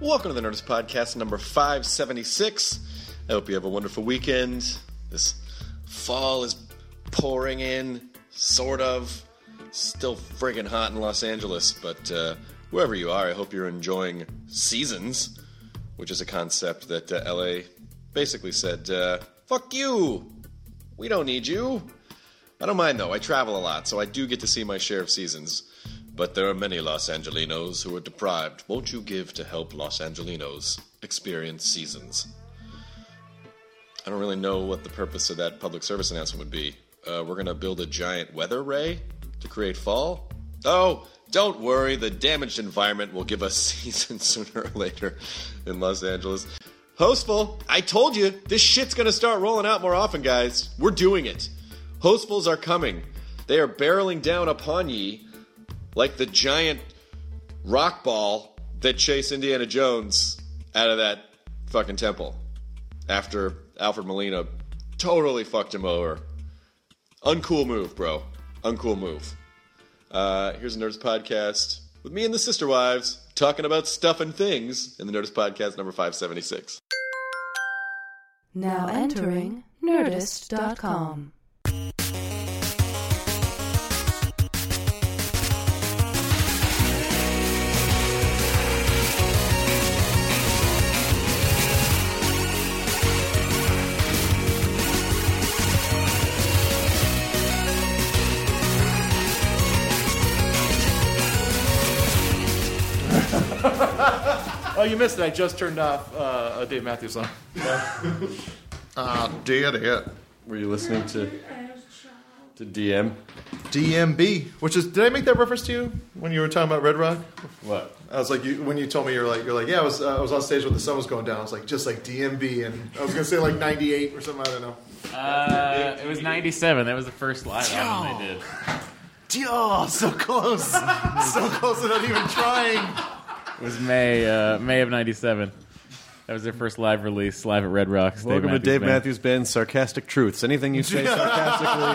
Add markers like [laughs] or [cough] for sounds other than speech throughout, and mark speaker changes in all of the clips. Speaker 1: Welcome to the Nerdist Podcast number 576. I hope you have a wonderful weekend. This fall is pouring in, sort of. Still friggin' hot in Los Angeles, but uh, wherever you are, I hope you're enjoying seasons, which is a concept that uh, LA basically said, uh, fuck you! We don't need you! I don't mind though, I travel a lot, so I do get to see my share of seasons. But there are many Los Angelinos who are deprived. Won't you give to help Los Angelinos experience seasons? I don't really know what the purpose of that public service announcement would be. Uh, we're gonna build a giant weather ray to create fall? Oh, don't worry, the damaged environment will give us [laughs] season sooner or later in Los Angeles. Hostful, I told you, this shit's gonna start rolling out more often, guys. We're doing it. Hostfuls are coming. They are barreling down upon ye like the giant rock ball that chased Indiana Jones out of that fucking temple after Alfred Molina totally fucked him over. Uncool move, bro. Uncool move. Uh, here's a Nerdist podcast with me and the sister wives talking about stuff and things in the Nerdist podcast number 576.
Speaker 2: Now entering Nerdist.com.
Speaker 3: Oh, you missed it. I just turned off uh, a Dave Matthews [laughs] song.
Speaker 4: Ah, damn it.
Speaker 3: Were you listening to to DM?
Speaker 4: DMB, which is did I make that reference to you when you were talking about Red Rock?
Speaker 3: What?
Speaker 4: I was like, you, when you told me you're like, you're like, yeah, I was, uh, I was on stage when the sun was going down. I was like, just like DMB, and I was gonna say like '98 or something. I don't know.
Speaker 5: Uh, it was 97. That was the first live album they did.
Speaker 4: Oh, so close, so close without even trying.
Speaker 5: It was May uh, May of 97. That was their first live release, live at Red Rocks.
Speaker 3: Welcome to Dave
Speaker 5: Band.
Speaker 3: Matthews Band's Sarcastic Truths. Anything
Speaker 5: [laughs]
Speaker 3: you say sarcastically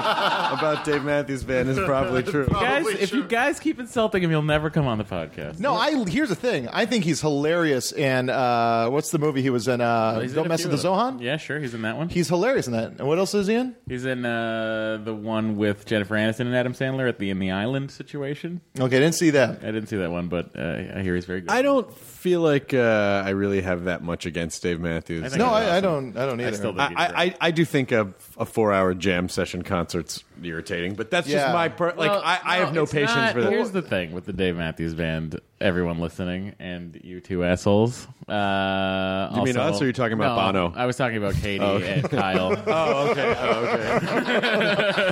Speaker 3: about Dave Matthews Band is probably true.
Speaker 5: Guys,
Speaker 4: Probably
Speaker 5: if you
Speaker 4: true.
Speaker 5: guys keep insulting him, he'll never come on the podcast.
Speaker 6: No, I here's the thing. I think he's hilarious in uh, what's the movie he was in? Uh,
Speaker 5: He's in
Speaker 6: Don't
Speaker 5: a
Speaker 6: mess
Speaker 5: few
Speaker 6: with the
Speaker 5: of them.
Speaker 6: Zohan.
Speaker 5: Yeah, sure. He's in that one.
Speaker 6: He's hilarious in that. And what else is he in?
Speaker 5: He's in uh, the one with Jennifer Aniston and Adam Sandler at the In the Island situation.
Speaker 6: Okay, I didn't see that.
Speaker 5: I didn't see that one, but uh, I hear he's very good.
Speaker 3: I don't feel like uh, I really have that much against Dave Matthews.
Speaker 5: think
Speaker 6: No,
Speaker 5: he's
Speaker 6: I, I
Speaker 5: awesome.
Speaker 6: don't. I don't either.
Speaker 5: still
Speaker 6: [laughs]
Speaker 5: don't. [laughs]
Speaker 3: I, I, I, I do think a, a four hour jam session concert's irritating, but that's just
Speaker 6: Yeah.
Speaker 3: my per- like
Speaker 5: Well,
Speaker 3: I, I have no
Speaker 5: it's
Speaker 3: patience
Speaker 5: not-
Speaker 3: for that.
Speaker 5: Here's the thing with the Dave Matthews Band, everyone listening, and you two assholes. Uh,
Speaker 3: You mean
Speaker 5: also-
Speaker 3: us, or are you talking about
Speaker 5: No,
Speaker 3: Bono?
Speaker 5: I was talking about Katie and Kyle.
Speaker 3: [laughs] oh, okay. Oh, okay.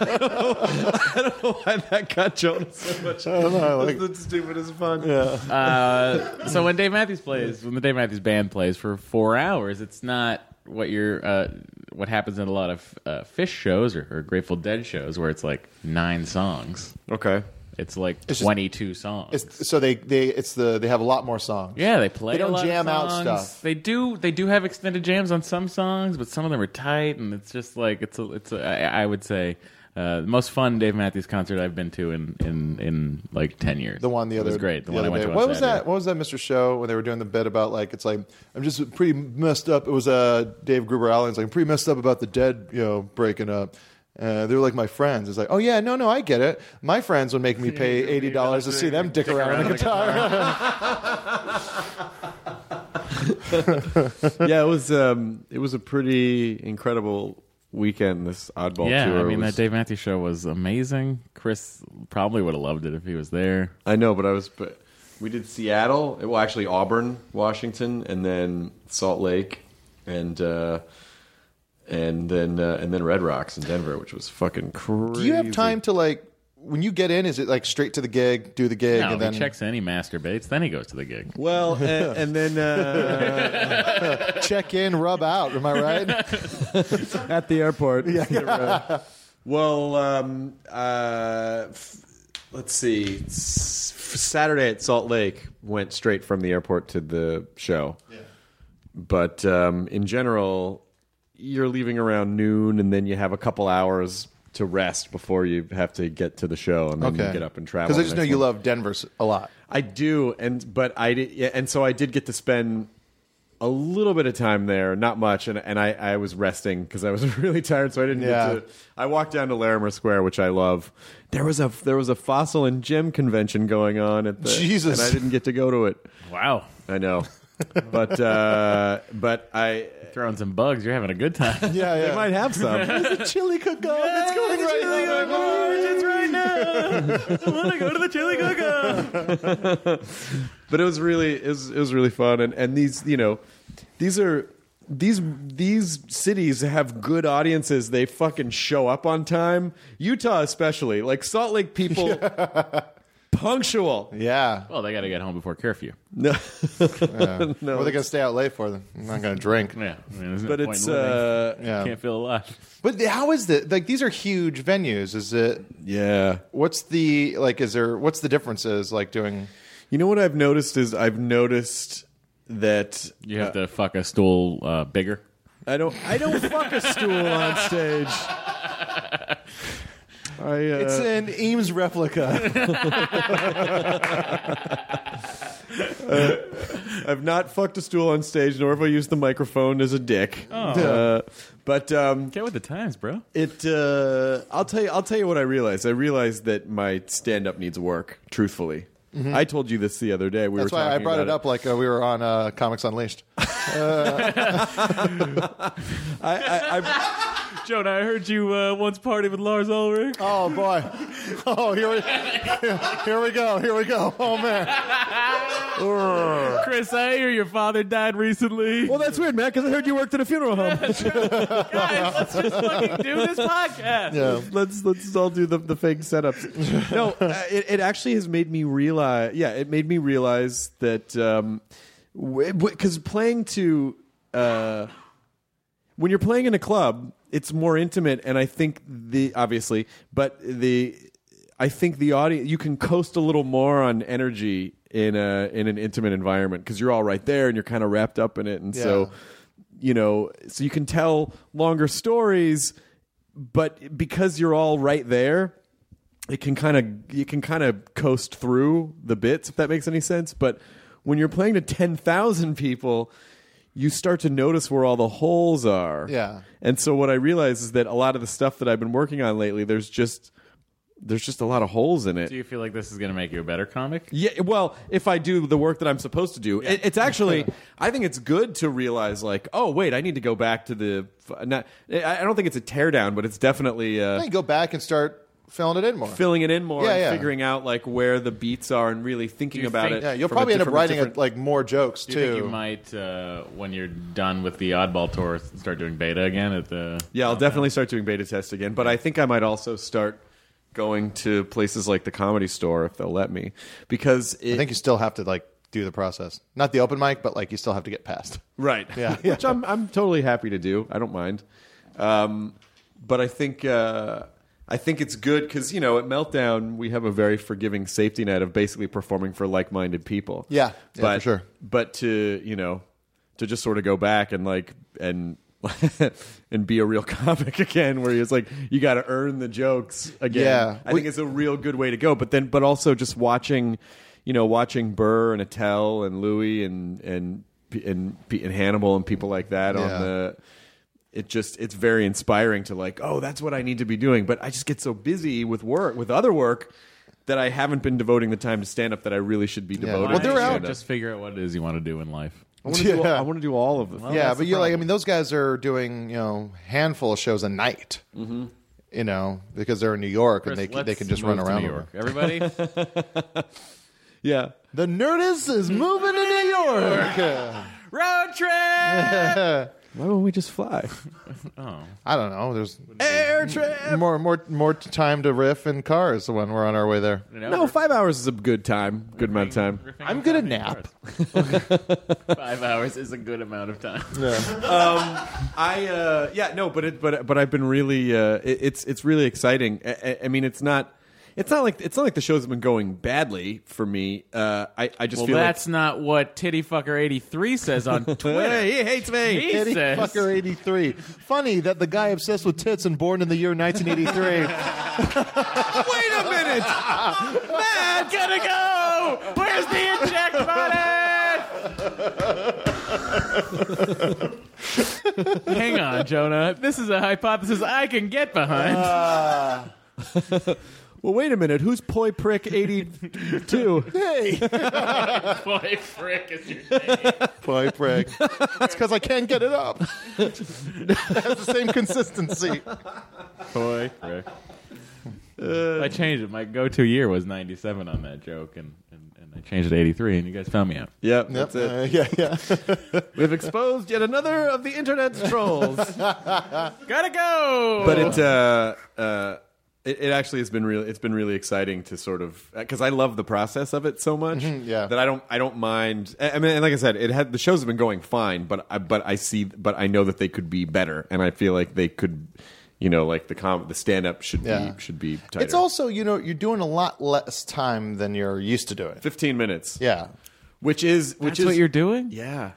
Speaker 3: I don't know why that got Jonas so much. I don't know. Like, That's stupid as fun. Yeah.
Speaker 5: Uh, so when Dave Matthews plays, when the Dave Matthews Band plays for four hours, it's not what you're uh, what happens in a lot of uh, Fish shows or, or Grateful Dead shows where it's like nine songs.
Speaker 3: Okay.
Speaker 5: It's like
Speaker 6: just-
Speaker 5: twenty two songs.
Speaker 6: It's, so they they it's the they have a lot more songs.
Speaker 5: Yeah, they play.
Speaker 6: They don't
Speaker 5: a lot of
Speaker 6: jam out
Speaker 5: songs.
Speaker 6: stuff.
Speaker 5: They do. They do have extended jams on some songs, but some of them are tight, and it's just like it's a. It's a. I, I would say uh, the most fun Dave Matthews concert I've been to in in in like ten years.
Speaker 6: The one the
Speaker 5: it
Speaker 6: other
Speaker 5: was great. The,
Speaker 6: the
Speaker 5: one I
Speaker 6: other
Speaker 5: went
Speaker 6: day.
Speaker 5: to. on
Speaker 6: What was
Speaker 5: Saturday.
Speaker 6: that? What was that, Mr. Show, when they were doing the bit about like it's like I'm just pretty messed up. It was uh, Dave Gruber Allen's like I'm pretty messed up about the dead, you know, breaking up. Uh, they were like my friends. It's like, oh yeah, no, no, I get it. My friends would make me [laughs] pay eighty dollars to see them dick, around, the guitar.
Speaker 3: yeah, it was um, it was a pretty incredible weekend. This oddball
Speaker 5: yeah,
Speaker 3: tour.
Speaker 5: I mean
Speaker 3: was-
Speaker 5: that Dave Matthews show was amazing. Chris probably would have loved it if he was there.
Speaker 3: I know, but I was. But we did Seattle. Well, actually Auburn, Washington, and then Salt Lake, and uh, and then uh, and then Red Rocks in Denver, which was fucking crazy.
Speaker 6: Do you have time to like when you get in? Is it like straight to the gig, do the gig,
Speaker 5: No,
Speaker 6: and then
Speaker 5: he checks in, he masturbates, then he goes to the gig.
Speaker 3: Well, and, and then uh,
Speaker 6: [laughs] check in, rub out? Am I right?
Speaker 3: [laughs] at the airport. [laughs] well, um, uh, f- let's see. S- Saturday at Salt Lake went straight from the airport to the show. But um, in general, you're leaving around noon, and then you have a couple hours to rest before you have to get to the show, and then you get up and travel.
Speaker 6: Because I
Speaker 3: the
Speaker 6: just
Speaker 3: next
Speaker 6: know you
Speaker 3: morning.
Speaker 6: love Denver s- a lot.
Speaker 3: I do, and but I did, yeah, and so I did get to spend a little bit of time there, not much, and and I, I was resting because I was [laughs] really tired, so I didn't
Speaker 6: Yeah.
Speaker 3: get to. I walked down to Larimer Square, which I love. There was a there was a fossil and gem convention going on at the
Speaker 6: Jesus.
Speaker 3: and I didn't get to go to it.
Speaker 5: Wow.
Speaker 6: Uh,
Speaker 3: I know, but uh, but I
Speaker 5: Throwing some bugs, you're having a good
Speaker 6: [laughs]
Speaker 5: time.
Speaker 6: Yeah, yeah.
Speaker 3: they might have some. There's a [laughs] chili cook off. it's going right
Speaker 5: right now. I want to go to the chili cook
Speaker 3: but it was really it was, it was really fun and and these you know these are these these cities have good audiences they fucking show up on time utah especially like salt lake people
Speaker 6: [laughs]
Speaker 3: [laughs] punctual
Speaker 6: Yeah.
Speaker 5: Well, they got to get home before curfew.
Speaker 3: no
Speaker 6: What are they gonna stay out late for? Then I'm not gonna drink.
Speaker 5: Yeah, I mean, there's no
Speaker 3: but
Speaker 5: point
Speaker 3: it's
Speaker 5: in living.
Speaker 3: uh
Speaker 6: Yeah.
Speaker 5: can't feel alive.
Speaker 6: But the- how is the like? These are huge venues. Is it?
Speaker 3: yeah
Speaker 6: What's the like? Is there? What's the differences like doing?
Speaker 3: you know what i've noticed is i've noticed that
Speaker 5: You have to fuck a stool uh, bigger.
Speaker 3: i don't i don't fuck a stool on
Speaker 5: [laughs]
Speaker 3: stage I, uh,
Speaker 6: It's an Ames [laughs] replica.
Speaker 5: Uh,
Speaker 3: I've not fucked a stool on stage, nor have I used the microphone as a dick.
Speaker 6: Oh.
Speaker 3: Uh, but um,
Speaker 5: Get with the times, bro.
Speaker 3: it, uh, I'll tell you, I'll tell you what I realized. I realized that my stand-up needs work. Truthfully, I told you this the other day. We
Speaker 6: Mm-hmm. That's
Speaker 3: were
Speaker 6: why I
Speaker 3: talking
Speaker 6: brought
Speaker 3: about
Speaker 6: it up like uh, we were on uh, Comics Unleashed.
Speaker 3: I, I, I,
Speaker 5: Jonah, I heard you uh, once party with Lars Ulrich.
Speaker 6: [laughs] Oh boy! Oh here we here we go here we go. Oh man!
Speaker 5: Chris, I hear your father died recently.
Speaker 3: well, that's weird, man. Because I heard you worked at a
Speaker 5: [laughs]
Speaker 3: funeral home.
Speaker 5: Guys, let's just fucking do this podcast.
Speaker 6: Yeah.
Speaker 3: let's let's all do the, the fake setups. [laughs] No, uh, it, it actually has made me realize. Yeah, it made me realize that um, because playing to uh, when you're playing in a club, it's more intimate, and I think the obviously, but the I think the audience you can coast a little more on energy in a in an intimate environment because you're all right there and you're kind of wrapped up in it, and
Speaker 6: Yeah.
Speaker 3: so you know, so you can tell longer stories but because you're all right there it can kind of you can kind of coast through the bits if that makes any sense but when you're playing to 10,000 people you start to notice where all the holes are
Speaker 6: Yeah.
Speaker 3: and so what i realize is that a lot of the stuff that i've been working on lately there's just there's just a lot of holes in it
Speaker 5: Do you feel like this is going to make you a better comic?
Speaker 3: yeah, well, if I do the work that I'm supposed to do, it,
Speaker 5: [laughs]
Speaker 3: it's actually I think it's good to realize like, oh wait, I need to go back to the. f- Not, I I don't think it's a teardown, but it's definitely
Speaker 6: Then
Speaker 3: uh,
Speaker 6: you go back and start filling it in more.
Speaker 3: filling it in more,
Speaker 6: Yeah,
Speaker 3: and
Speaker 6: yeah.
Speaker 3: figuring out like where the beats are, and really thinking
Speaker 5: you
Speaker 3: about
Speaker 5: think-
Speaker 3: it.
Speaker 6: yeah, you'll
Speaker 3: from a
Speaker 6: probably end up
Speaker 3: different-
Speaker 6: writing
Speaker 3: different-
Speaker 6: a, like more jokes
Speaker 5: Do you think
Speaker 6: too.
Speaker 5: you might, uh, when you're done with the oddball tour, start doing beta again at the?
Speaker 3: Yeah,
Speaker 6: Oh,
Speaker 3: I'll definitely start doing beta test again, but I think I might also start going to places like the comedy store if they'll let me, because it,
Speaker 6: I think you still have to like do the process, not the open mic, but like you still have to get past.
Speaker 3: Right.
Speaker 6: Yeah.
Speaker 3: [laughs] Which I'm I'm totally happy to do. I don't mind. Um, but I think uh, I think it's good because you know at Meltdown we have a very forgiving safety net of basically performing for like-minded people.
Speaker 6: Yeah. Yeah,
Speaker 3: but,
Speaker 6: for sure.
Speaker 3: But to you know to just sort of go back and like and. [laughs] and be a real [laughs] comic again where it's like you got to earn the jokes again
Speaker 6: Yeah.
Speaker 3: i think it's a real good way to go but then but also just watching you know watching burr and attell and louis and and and and hannibal and people like that on
Speaker 6: Yeah.
Speaker 3: the it just it's very inspiring to like, oh, that's what I need to be doing. But I just get so busy with work, with other work, that I haven't been devoting the time to stand up that I really should be devoting.
Speaker 6: Well,
Speaker 3: to
Speaker 6: they're out.
Speaker 3: stand-up.
Speaker 5: Just figure out what it is you want to do in life.
Speaker 3: I want to do.
Speaker 6: Yeah.
Speaker 3: All, I want to do all of the. things.
Speaker 6: yeah, but you like I mean those guys are doing you know handful of shows a night. You know because they're in New York and they
Speaker 5: Mm-hmm. Chris,
Speaker 6: they
Speaker 5: let's
Speaker 6: can just
Speaker 5: move
Speaker 6: run
Speaker 5: to
Speaker 6: around.
Speaker 5: New York.
Speaker 6: with them.
Speaker 5: Everybody,
Speaker 6: [laughs]
Speaker 3: yeah.
Speaker 6: The Nerdist is moving to New York.
Speaker 5: [laughs] road trip.
Speaker 3: Why won't we just fly?
Speaker 6: [laughs] I don't know. There's
Speaker 3: Air trip.
Speaker 6: more more more time to riff in cars when we're on our way there.
Speaker 5: You know,
Speaker 3: No, five hours is a good time. Good amount of time.
Speaker 6: I'm gonna nap.
Speaker 5: Five hours is a good amount of time.
Speaker 3: I uh, yeah no, but it, but but I've been really uh, it, it's it's really exciting. I- I, I mean, it's not it's not like it's not like the show's been going badly for me. Uh, I I just
Speaker 5: Well,
Speaker 3: feel
Speaker 5: that's not what Tittyfucker83 says
Speaker 6: [laughs]
Speaker 5: on
Speaker 3: like
Speaker 5: Twitter.
Speaker 3: Hey, he hates me.
Speaker 5: He
Speaker 6: Eddie
Speaker 5: says-
Speaker 6: Fucker 83. Funny that the guy obsessed with tits and born in the
Speaker 5: [laughs]
Speaker 6: year 1983.
Speaker 3: [laughs] Wait a minute, Matt, gotta go. Where's the inject button?
Speaker 5: Hang on, Jonah. This is a hypothesis I can get behind.
Speaker 6: Uh,
Speaker 3: Well, wait a minute. Who's Poi Prick eighty two? Hey,
Speaker 5: [laughs] Boy, frick is your
Speaker 6: Boy, prick. That's because I can't get it up. it has the same [laughs] consistency.
Speaker 5: boy, frick. I changed it. My go-to year was '97 on that joke, and, and, and I changed it to '83, and you guys found me out.
Speaker 3: yep, that's it.
Speaker 6: Uh, yeah, yeah.
Speaker 3: We've exposed yet another of the internet's trolls.
Speaker 5: Gotta go.
Speaker 3: but it, uh, uh, it it actually has been really it's been really exciting to sort of because I love the process of it so much
Speaker 6: Mm-hmm, yeah.
Speaker 3: that I don't I don't mind I I mean and like I said it had the shows have been going fine but I but I see but I know that they could be better and I feel like they could you know like the com the stand up should
Speaker 6: Yeah.
Speaker 3: be should be tighter.
Speaker 6: It's also, you know, you're doing a lot less time than you're used to doing.
Speaker 3: fifteen minutes
Speaker 6: Yeah.
Speaker 3: which is which
Speaker 5: That's
Speaker 3: is
Speaker 5: what you're doing.
Speaker 3: yeah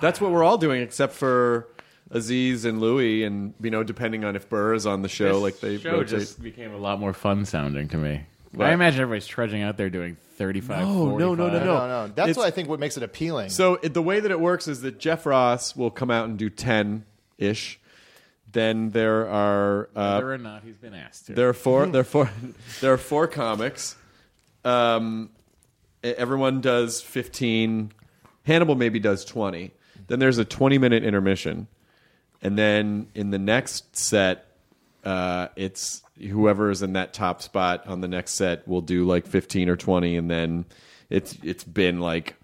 Speaker 3: that's what we're all doing except for. Aziz and Louis, and you know, depending on if Burr is on the show,
Speaker 5: This
Speaker 3: like they
Speaker 5: show
Speaker 3: rotate.
Speaker 5: just became a lot more fun sounding to me.
Speaker 3: What?
Speaker 5: I imagine everybody's trudging out there doing 35.
Speaker 3: No, no, no, no,
Speaker 5: 45.
Speaker 3: no.
Speaker 6: No, no. That's
Speaker 3: It's-
Speaker 6: what I think what makes it appealing.
Speaker 3: So it, the way that it works is that Jeff Ross will come out and do ten ish. Then there are uh,
Speaker 5: Whether or not he's been asked to.
Speaker 3: there are four there are four there are four comics. Um, e- everyone does fifteen. Hannibal maybe does twenty. Then there's a twenty minute intermission, and then in the next set, uh, it's whoever is in that top spot on the next set will do like fifteen or twenty, and then it's it's been like.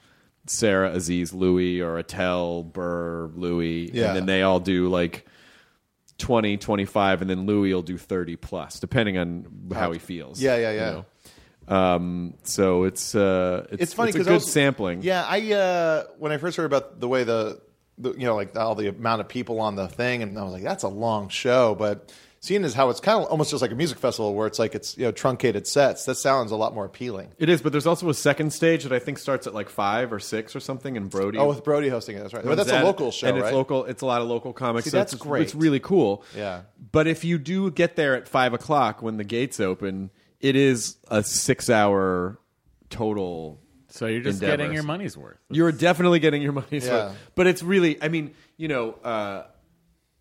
Speaker 3: Sarah Aziz Louis or Attell Burr Louis
Speaker 6: Yeah.
Speaker 3: and then they all do like 20, 25, and then Louis will do 30 plus, depending on how he feels.
Speaker 6: Yeah, yeah, yeah.
Speaker 3: Um, so it's, uh, it's,
Speaker 6: it's funny
Speaker 3: it's a
Speaker 6: because
Speaker 3: good sampling.
Speaker 6: Yeah, I uh, when I first heard about the way the, the you know like all the amount of people on the thing, and I was like, that's a long show. But seeing as how it's kind of almost just like a music festival where it's like it's you know truncated sets, that sounds a lot more appealing.
Speaker 3: It is, but there's also a second stage that I think starts at like five or six or something in Brody.
Speaker 6: Oh, with Brody hosting it, that's right. But
Speaker 3: runs
Speaker 6: that's a
Speaker 3: that,
Speaker 6: local show,
Speaker 3: and
Speaker 6: right?
Speaker 3: it's local. It's a lot of local comics.
Speaker 6: See,
Speaker 3: so
Speaker 6: that's
Speaker 3: it's,
Speaker 6: great.
Speaker 3: It's really cool.
Speaker 6: Yeah.
Speaker 3: But if you do get there at five o'clock when the gates open, it is a six-hour total
Speaker 5: so you're just
Speaker 3: endeavors.
Speaker 5: getting your money's worth.
Speaker 3: You're definitely getting your money's
Speaker 6: Yeah.
Speaker 3: worth. But it's really, I mean, you know, uh,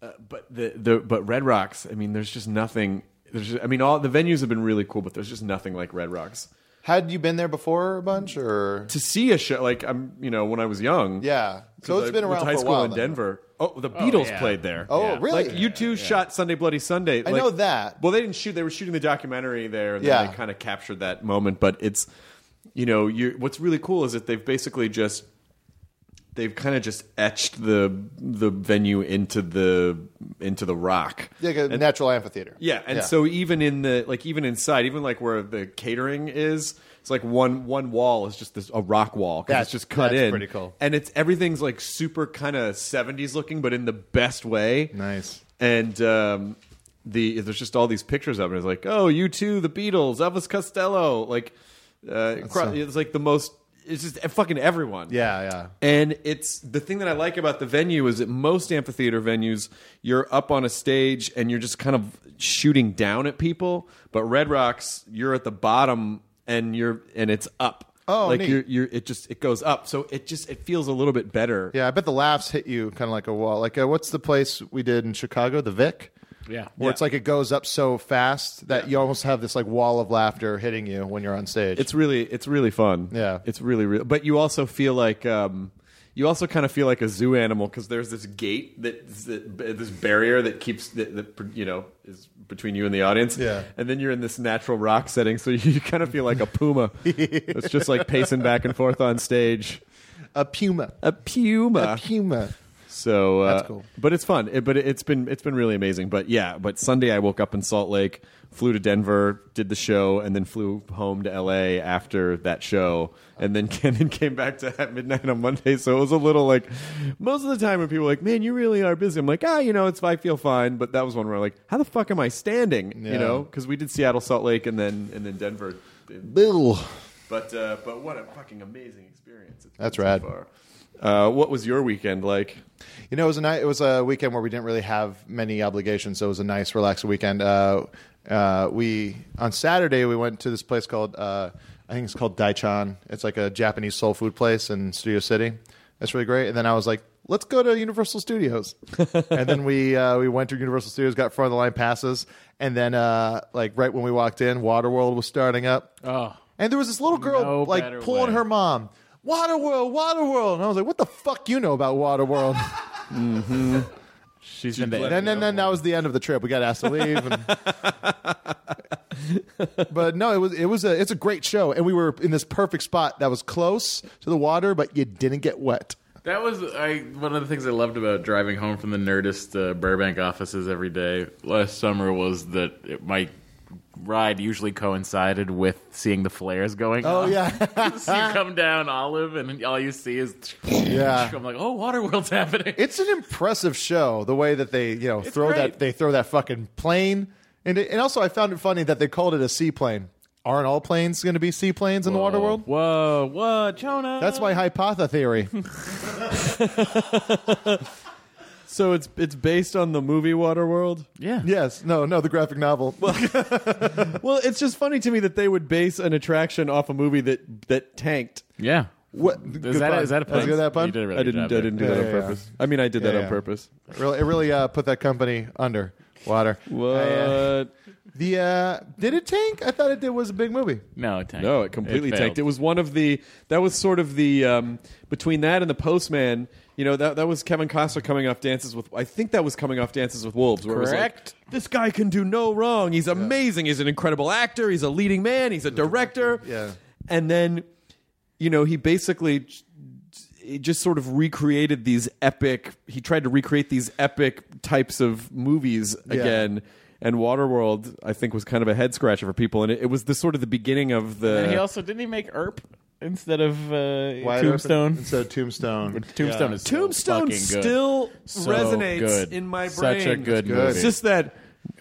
Speaker 3: uh, but the, the but Red Rocks, I mean, there's just nothing. There's, just, I mean, all the venues have been really cool, but there's just nothing like Red Rocks.
Speaker 6: Had you been there before a bunch or
Speaker 3: To see a show like I'm, you know, when I was young,
Speaker 6: yeah? So
Speaker 3: 'cause
Speaker 6: it's
Speaker 3: I
Speaker 6: been around
Speaker 3: went to high
Speaker 6: for a
Speaker 3: school
Speaker 6: while.
Speaker 3: in
Speaker 6: then.
Speaker 3: Denver. Oh, the Beatles
Speaker 5: yeah.
Speaker 3: played there.
Speaker 6: Oh,
Speaker 5: Yeah.
Speaker 6: really?
Speaker 3: Like you two shot Sunday Bloody Sunday.
Speaker 6: I
Speaker 3: like-
Speaker 6: know that.
Speaker 3: Well, they didn't shoot. They were shooting the documentary there. And
Speaker 6: Yeah.
Speaker 3: then they kind of captured that moment. But it's, you know, you. What's really cool is that they've basically just, they've kind of just etched the the venue into the into the rock.
Speaker 6: like a natural amphitheater.
Speaker 3: Yeah, and so even in the like even inside, even like where the catering is, it's like one one wall is just this a rock wall because
Speaker 6: That's-
Speaker 3: it's just cut
Speaker 6: that's
Speaker 3: in.
Speaker 6: pretty cool.
Speaker 3: and it's everything's like super kind of seventies looking, but in the best way.
Speaker 6: Nice.
Speaker 3: And um, the there's just all these pictures of it. It's like oh, you two, the Beatles, Elvis Costello, like uh, cro-
Speaker 6: so-
Speaker 3: it's like the most. It's just fucking everyone.
Speaker 6: yeah, yeah.
Speaker 3: And it's the thing that I like about the venue is that most amphitheater venues, you're up on a stage and you're just kind of shooting down at people. But Red Rocks, you're at the bottom and you're and it's up.
Speaker 6: Oh,
Speaker 3: like
Speaker 6: neat.
Speaker 3: you're, you're it just it goes up, so it just it feels a little bit better.
Speaker 6: Yeah, I bet the laughs hit you kind of like a wall. Like, uh, what's the place we did in Chicago? The Vic.
Speaker 5: Yeah.
Speaker 6: Where it's like it goes up so fast that you almost have this like wall of laughter hitting you when you're on stage.
Speaker 3: It's really it's really fun.
Speaker 6: Yeah.
Speaker 3: it's really real. But you also feel like um, you also kind of feel like a zoo animal because there's this gate that, that this barrier that keeps that, that you know is between you and the audience.
Speaker 6: Yeah.
Speaker 3: and then you're in this natural rock setting, so [laughs] you kind of feel like
Speaker 6: [laughs]
Speaker 3: a puma. It's just like pacing back and forth on stage.
Speaker 6: a puma.
Speaker 3: A puma.
Speaker 6: A puma.
Speaker 3: So uh,
Speaker 6: That's cool.
Speaker 3: But it's fun. It, but it, it's been it's been really amazing. But yeah. But Sunday I woke up in Salt Lake, flew to Denver, did the show, and then flew home to L.A. after that show, and then [laughs] and then came back to at midnight on Monday. So it was a little like most of the time when people are like, "Man, you really are busy." I'm like, "Ah, you know, it's I feel fine." But that was one where like, "How the fuck am I standing?" You
Speaker 6: Yeah.
Speaker 3: know, because we did Seattle, Salt Lake, and then and then Denver.
Speaker 6: Bill.
Speaker 3: But uh, but what a fucking amazing experience! It's been
Speaker 6: That's
Speaker 3: so
Speaker 6: rad.
Speaker 3: far. Uh, what was your weekend like?
Speaker 6: You know, it was a night. It was a weekend where we didn't really have many obligations, so it was a nice, relaxed weekend. Uh, uh, we on Saturday we went to this place called uh, I think it's called Daichan. It's like a Japanese soul food place in Studio City. That's really great. And then I was like, let's go to
Speaker 5: [laughs]
Speaker 6: Universal Studios. and then we uh, we went to Universal Studios, got front of the line passes, and then uh, like right when we walked in, Waterworld was starting up.
Speaker 5: Oh.
Speaker 6: And there was this little girl
Speaker 5: No
Speaker 6: like
Speaker 5: better
Speaker 6: pulling
Speaker 5: way.
Speaker 6: her mom, Waterworld, Waterworld. And I was like, what the fuck you know about Waterworld?
Speaker 5: She's been
Speaker 6: And then, then, then that was the end of the trip. We got asked to leave. and- but no, it was it was a it's a great show, and we were in this perfect spot that was close to the water, but you didn't get wet.
Speaker 5: That was I, one of the things I loved about driving home from the Nerdist uh, Burbank offices every day last summer was that it, my ride usually coincided with seeing the flares going.
Speaker 6: Oh
Speaker 5: off.
Speaker 6: yeah,
Speaker 5: so [laughs] you come down Olive, and all you see is
Speaker 6: [laughs] Yeah.
Speaker 5: [laughs] I'm like, oh, Waterworld's [laughs] happening.
Speaker 6: it's an impressive show. The way that they you know throw that
Speaker 5: great.
Speaker 6: they throw that fucking plane, and it, and also I found it funny that they called it a seaplane. Aren't all planes going to be seaplanes in the water world?
Speaker 5: Whoa, whoa, Jonah.
Speaker 6: That's my hypotha theory.
Speaker 3: So it's it's based on the movie Waterworld.
Speaker 5: yeah.
Speaker 6: yes, no, no, the graphic novel.
Speaker 3: Well, it's just funny to me that they would base an attraction off a movie that that tanked.
Speaker 5: yeah.
Speaker 6: what
Speaker 5: Is that, is that a
Speaker 6: pun? Is
Speaker 5: pun?
Speaker 6: that a pun?
Speaker 5: You did a really
Speaker 3: I
Speaker 5: good
Speaker 3: didn't I
Speaker 5: job there.
Speaker 3: didn't do
Speaker 6: Yeah,
Speaker 3: that
Speaker 6: yeah,
Speaker 3: on
Speaker 6: yeah.
Speaker 3: purpose. I mean, I did that
Speaker 6: Yeah,
Speaker 3: on
Speaker 6: yeah.
Speaker 3: purpose.
Speaker 6: Really, it really uh, put that company under water.
Speaker 3: What?
Speaker 6: Uh, the uh, did it tank? I thought it did was a big movie.
Speaker 5: No, it tanked.
Speaker 3: No, it completely
Speaker 5: failed.
Speaker 3: tanked. It was one of the that was sort of the um, between that and the Postman. You know that that was Kevin Costner coming off Dances with. I think that was coming off Dances with Wolves. Where It was
Speaker 5: Correct.
Speaker 3: like, this guy can do no wrong. He's amazing. He's an incredible actor. He's a leading man. He's a director.
Speaker 6: Yeah.
Speaker 3: And then, you know, he basically. j- He just sort of recreated these epic. He tried to recreate these epic types of movies again, and Waterworld, I think, was kind of a head scratcher for people. And it, it was the sort of the beginning of the.
Speaker 5: And he also didn't he make Erp instead of uh,
Speaker 6: Wide open
Speaker 5: Tombstone.
Speaker 6: instead of Tombstone.
Speaker 5: Tombstone is so
Speaker 3: Tombstone
Speaker 5: fucking good.
Speaker 3: still
Speaker 5: So
Speaker 3: resonates
Speaker 5: good.
Speaker 3: in my brain.
Speaker 5: Such a good
Speaker 6: good.
Speaker 5: movie.
Speaker 3: It's just that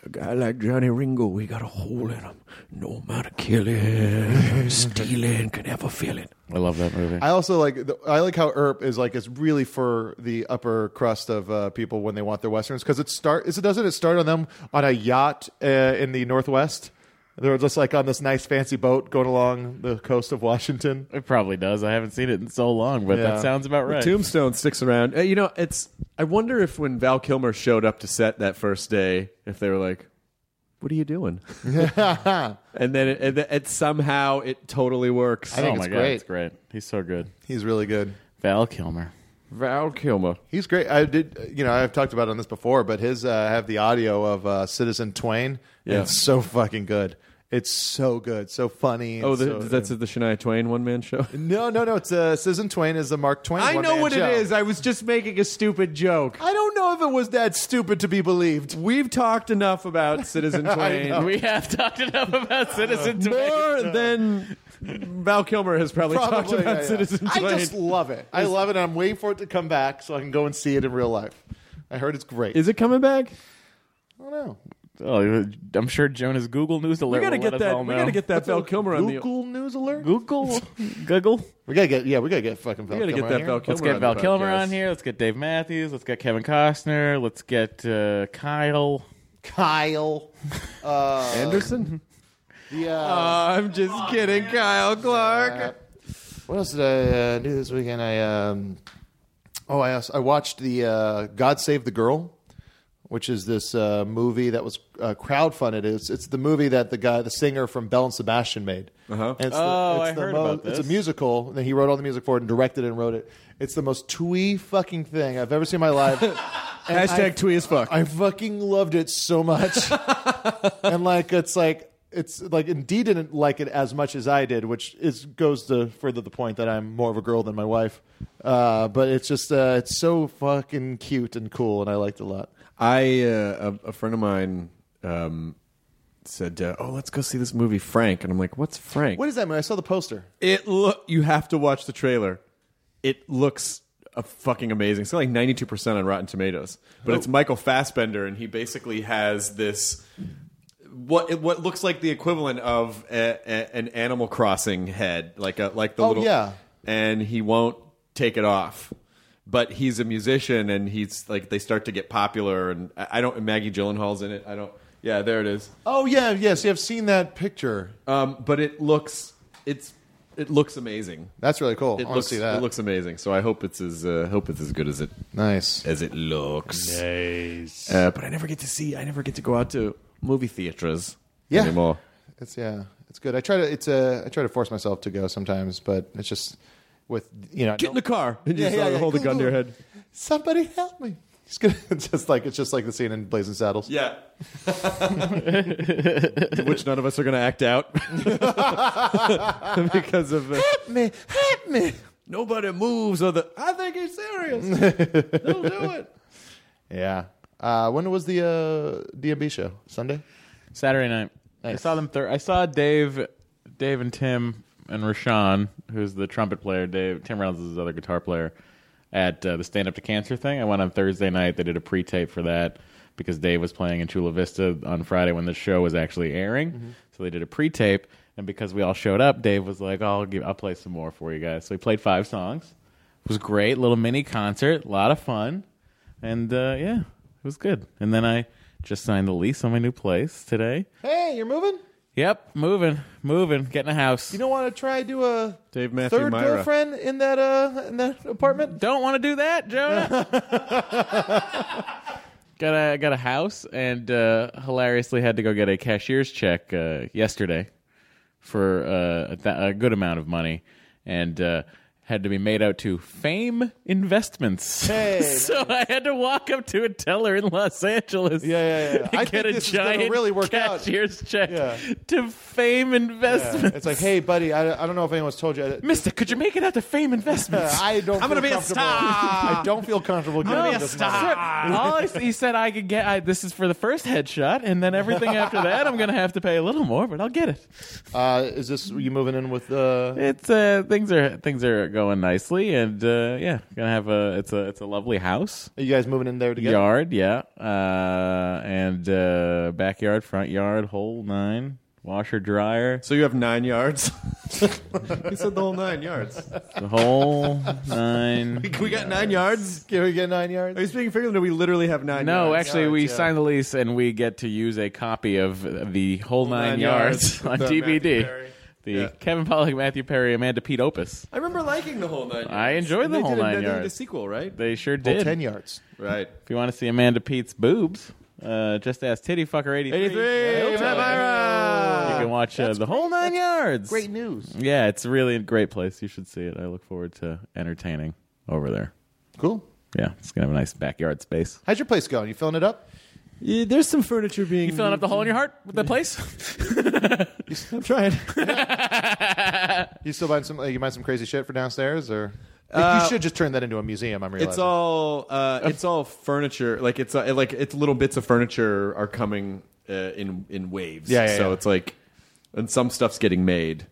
Speaker 7: A guy like Johnny Ringo, we got a hole in him. No amount of killing, stealing can ever fill it.
Speaker 5: I love that movie.
Speaker 6: I also like the, I like how Erp is like it's really for the upper crust of uh, people when they want their westerns because it start is it doesn't it start on them on a yacht uh, in the northwest. They're just like on this nice fancy boat going along the coast of Washington.
Speaker 5: it probably does. I haven't seen it in so long, but
Speaker 6: Yeah.
Speaker 5: that sounds about right.
Speaker 3: Tombstone sticks around. Uh, you know, it's. I wonder if when Val Kilmer showed up to set that first day, if they were like, "What are you
Speaker 7: [laughs]
Speaker 3: doing?" and then it, and then it somehow it totally works.
Speaker 5: oh
Speaker 6: think
Speaker 5: my
Speaker 6: it's
Speaker 5: god,
Speaker 6: great.
Speaker 5: it's great. He's so good.
Speaker 6: He's really good.
Speaker 5: Val Kilmer.
Speaker 3: Val Kilmer.
Speaker 6: He's great. I did, you know, I've talked about it on this before, but his uh, I have the audio of uh, Citizen Twain. Yeah,
Speaker 3: Yeah.
Speaker 6: it's so fucking good. It's so good, so funny. and
Speaker 3: Oh, the,
Speaker 6: so-
Speaker 3: that's the Shania Twain one man show.
Speaker 6: no, no, no. It's uh, Citizen Twain is a Mark Twain.
Speaker 3: I know
Speaker 6: one-man
Speaker 3: what
Speaker 6: show.
Speaker 3: it is. I was just making a stupid joke.
Speaker 6: I don't know if it was that stupid to be believed.
Speaker 3: We've talked
Speaker 6: [laughs]
Speaker 3: enough about Citizen Twain.
Speaker 5: We have [laughs] talked enough about Citizen Twain.
Speaker 3: more than Val Kilmer has probably, talked
Speaker 6: Probably,
Speaker 3: about
Speaker 6: yeah, yeah.
Speaker 3: Citizen Twain.
Speaker 6: I just love it. I love it. and I'm waiting for it to come back so I can go and see it in real life. I heard it's great.
Speaker 3: Is it coming back?
Speaker 6: I don't know.
Speaker 5: Oh, I'm sure Jonah's Google News alert.
Speaker 3: We gotta
Speaker 5: will let
Speaker 3: get
Speaker 5: us
Speaker 3: that.
Speaker 5: all
Speaker 3: We
Speaker 5: know.
Speaker 3: gotta get that Val Kilmer on the.
Speaker 6: Google News alert.
Speaker 5: Google. Google.
Speaker 6: We gotta get. Yeah, we gotta get fucking.
Speaker 3: We gotta get that Val Kilmer.
Speaker 5: Let's get
Speaker 3: on
Speaker 5: Val
Speaker 3: the
Speaker 5: Kilmer
Speaker 3: podcast.
Speaker 5: on here. Let's get Dave Matthews. Let's get Kevin Costner. Let's get uh, Kyle.
Speaker 6: Kyle. Uh,
Speaker 3: [laughs] Anderson.
Speaker 6: the, uh,
Speaker 3: I'm just kidding, Kyle Clark.
Speaker 6: What else did I uh, do this weekend? I um, oh, I also, I watched the uh, God Save the Girl, which is this uh, movie that was uh, crowdfunded. It's it's the movie that the guy, the singer from Bell and Sebastian, made. Uh-huh. And it's
Speaker 3: Oh, I heard about
Speaker 6: It's a
Speaker 3: this.
Speaker 6: musical. And he wrote all the music for it and directed it and wrote it. It's the most twee fucking thing I've ever seen in my life.
Speaker 3: [laughs]
Speaker 6: And I-
Speaker 1: Hashtag twee as fuck.
Speaker 6: I fucking loved it so [laughs] much. and like it's like it's like indeed didn't like it as much as I did, which is goes to further the point that I'm more of a girl than my wife. Uh, but it's just uh, it's so fucking cute and cool, and I liked it a lot.
Speaker 1: I uh, a, a friend of mine um, said, uh, "Oh, let's go see this movie, Frank." And I'm like, "What's Frank?"
Speaker 6: What is that movie? I saw the poster.
Speaker 1: It look you have to watch the trailer. It looks uh, fucking amazing. It's got like 92% on Rotten Tomatoes. But
Speaker 6: Oh.
Speaker 1: it's Michael Fassbender and he basically has this what it, what looks like the equivalent of a, a- an Animal Crossing head, like a like the
Speaker 6: Oh,
Speaker 1: little
Speaker 6: yeah.
Speaker 1: and he won't take it off. But he's a musician and he's like they start to get popular and I I don't Maggie Gyllenhaal's in it. I don't Yeah, there it is.
Speaker 6: Oh yeah, yes, I've seen that picture.
Speaker 1: Um, but it looks it's it looks amazing
Speaker 6: That's really cool.
Speaker 1: it
Speaker 6: I wanna
Speaker 1: looks
Speaker 6: see that.
Speaker 1: it looks amazing. So I hope it's as uh, hope it's as good as it
Speaker 6: nice.
Speaker 1: as it looks. Uh, but I never get to see. I never get to go out to movie theaters
Speaker 6: Yeah.
Speaker 1: anymore.
Speaker 6: It's yeah, it's good. I try to it's uh, I try to force myself to go sometimes, but it's just with you know
Speaker 1: Get in the car. And
Speaker 6: Yeah,
Speaker 1: just
Speaker 6: yeah,
Speaker 1: uh,
Speaker 6: yeah.
Speaker 1: hold a
Speaker 6: Go,
Speaker 1: gun to
Speaker 6: go.
Speaker 1: your head. [laughs]
Speaker 6: somebody help me. It's gonna, [laughs] it's just like it's just like the scene in Blazing Saddles.
Speaker 1: Yeah. Which none of us are going to act out [laughs] because of uh,
Speaker 6: Help me, help me.
Speaker 1: nobody moves or the I think he's
Speaker 6: [laughs]
Speaker 1: serious. They'll do it.
Speaker 6: Yeah. Uh, when was the uh, DMB show? Sunday.
Speaker 3: Saturday night. I
Speaker 6: Nice.
Speaker 3: saw them. Thir- I saw Dave, Dave and Tim and Rashawn, who's the trumpet player. Dave Tim Reynolds is his other guitar player at uh, the Stand Up to Cancer thing. I went on Thursday night. They did a pre-tape for that because Dave was playing in Chula Vista on Friday when the show was actually airing.
Speaker 6: Mm-hmm.
Speaker 3: So they did a pre-tape, and because we all showed up, Dave was like, "I'll give, I'll play some more for you guys." So he played five songs. It was great. Little mini concert. A lot of fun and uh, yeah, it was good. And then I just signed the lease on my new place today.
Speaker 6: Hey, you're moving.
Speaker 3: Yep, moving, moving, getting a house.
Speaker 6: You don't want to try do a
Speaker 1: Dave Matthew
Speaker 6: third
Speaker 1: Myra.
Speaker 6: girlfriend in that uh in that apartment.
Speaker 3: don't want to do that,
Speaker 6: [laughs]
Speaker 3: Jonah. got a got a house, and uh, hilariously had to go get a cashier's check uh, yesterday for uh, a, th- a good amount of money, and uh, had to be made out to Fame Investments. [laughs]
Speaker 6: Hey,
Speaker 3: so I had to walk up to a teller in Los Angeles.
Speaker 6: Yeah, yeah, yeah.
Speaker 3: and
Speaker 6: I
Speaker 3: get
Speaker 6: think
Speaker 3: a
Speaker 6: this is gonna
Speaker 3: giant
Speaker 6: really work out.
Speaker 3: cashier's check
Speaker 6: Yeah.
Speaker 3: to Fame Investments.
Speaker 6: Yeah. [laughs] It's like, hey, buddy, I, I don't know if anyone's
Speaker 1: [laughs]
Speaker 6: told you. I-
Speaker 3: Mister, could you make it out to Fame Investments?
Speaker 6: [laughs] I don't.
Speaker 1: I'm gonna
Speaker 6: feel
Speaker 1: be a star.
Speaker 6: comfortable. [laughs] I don't feel comfortable. I'm
Speaker 3: No, sir. All I, Oh, he said I could get I, this is for the first headshot, and then everything after that I'm gonna have to pay a little more, but I'll get it.
Speaker 6: [laughs] Uh, is this you moving in with? Uh,
Speaker 3: It's uh, things are things are going nicely, and uh, yeah, gonna have a it's a it's a lovely house
Speaker 6: are you guys moving in there together?
Speaker 3: yard, yeah, uh, and uh, backyard, front yard, whole nine, washer dryer,
Speaker 1: So you have nine yards. [laughs] he said the whole nine yards.
Speaker 3: the whole nine.
Speaker 1: [laughs] We got nine yards.
Speaker 6: Can we get nine yards?
Speaker 1: Are you speaking figuratively? We literally have nine.
Speaker 3: No,
Speaker 1: yards.
Speaker 3: actually,
Speaker 6: yards,
Speaker 3: we
Speaker 6: yeah.
Speaker 3: signed the lease, and we get to use a copy of the whole nine,
Speaker 1: Nine
Speaker 3: yards,
Speaker 1: Yards,
Speaker 3: on
Speaker 1: the Matthew
Speaker 3: DVD.
Speaker 1: Perry.
Speaker 3: The
Speaker 1: Yeah.
Speaker 3: Kevin Pollak, Matthew Perry, Amanda Pete opus.
Speaker 1: I remember liking the whole nine.
Speaker 3: I
Speaker 1: Yards.
Speaker 3: enjoyed
Speaker 1: And
Speaker 3: the
Speaker 1: they
Speaker 3: whole
Speaker 1: did a-
Speaker 3: nine
Speaker 1: they did
Speaker 3: yards.
Speaker 1: a sequel, right?
Speaker 3: They sure
Speaker 6: Well,
Speaker 3: did.
Speaker 6: ten yards.
Speaker 1: right.
Speaker 3: If you want to see Amanda Pete's boobs, uh, just ask Titty Fucker eighty three. You can watch uh, the whole nine yards.
Speaker 6: Great news.
Speaker 3: Yeah, it's really a great place. You should see it. I look forward to entertaining over there.
Speaker 6: Cool.
Speaker 3: Yeah, it's gonna have a nice backyard space.
Speaker 6: How's your place going? You filling it up?
Speaker 8: Yeah, there's some furniture being.
Speaker 3: You filling up the hole in your heart with the place?
Speaker 8: [laughs] I'm trying.
Speaker 6: You still buying some? uh, You buying some crazy shit for downstairs, or you should just turn that into a museum? I'm realizing
Speaker 1: It's all uh, it's all furniture. Like it's uh, like it's little bits of furniture are coming uh, in in waves.
Speaker 6: Yeah, yeah,
Speaker 1: so
Speaker 6: yeah.
Speaker 1: it's like, and some stuff's getting made.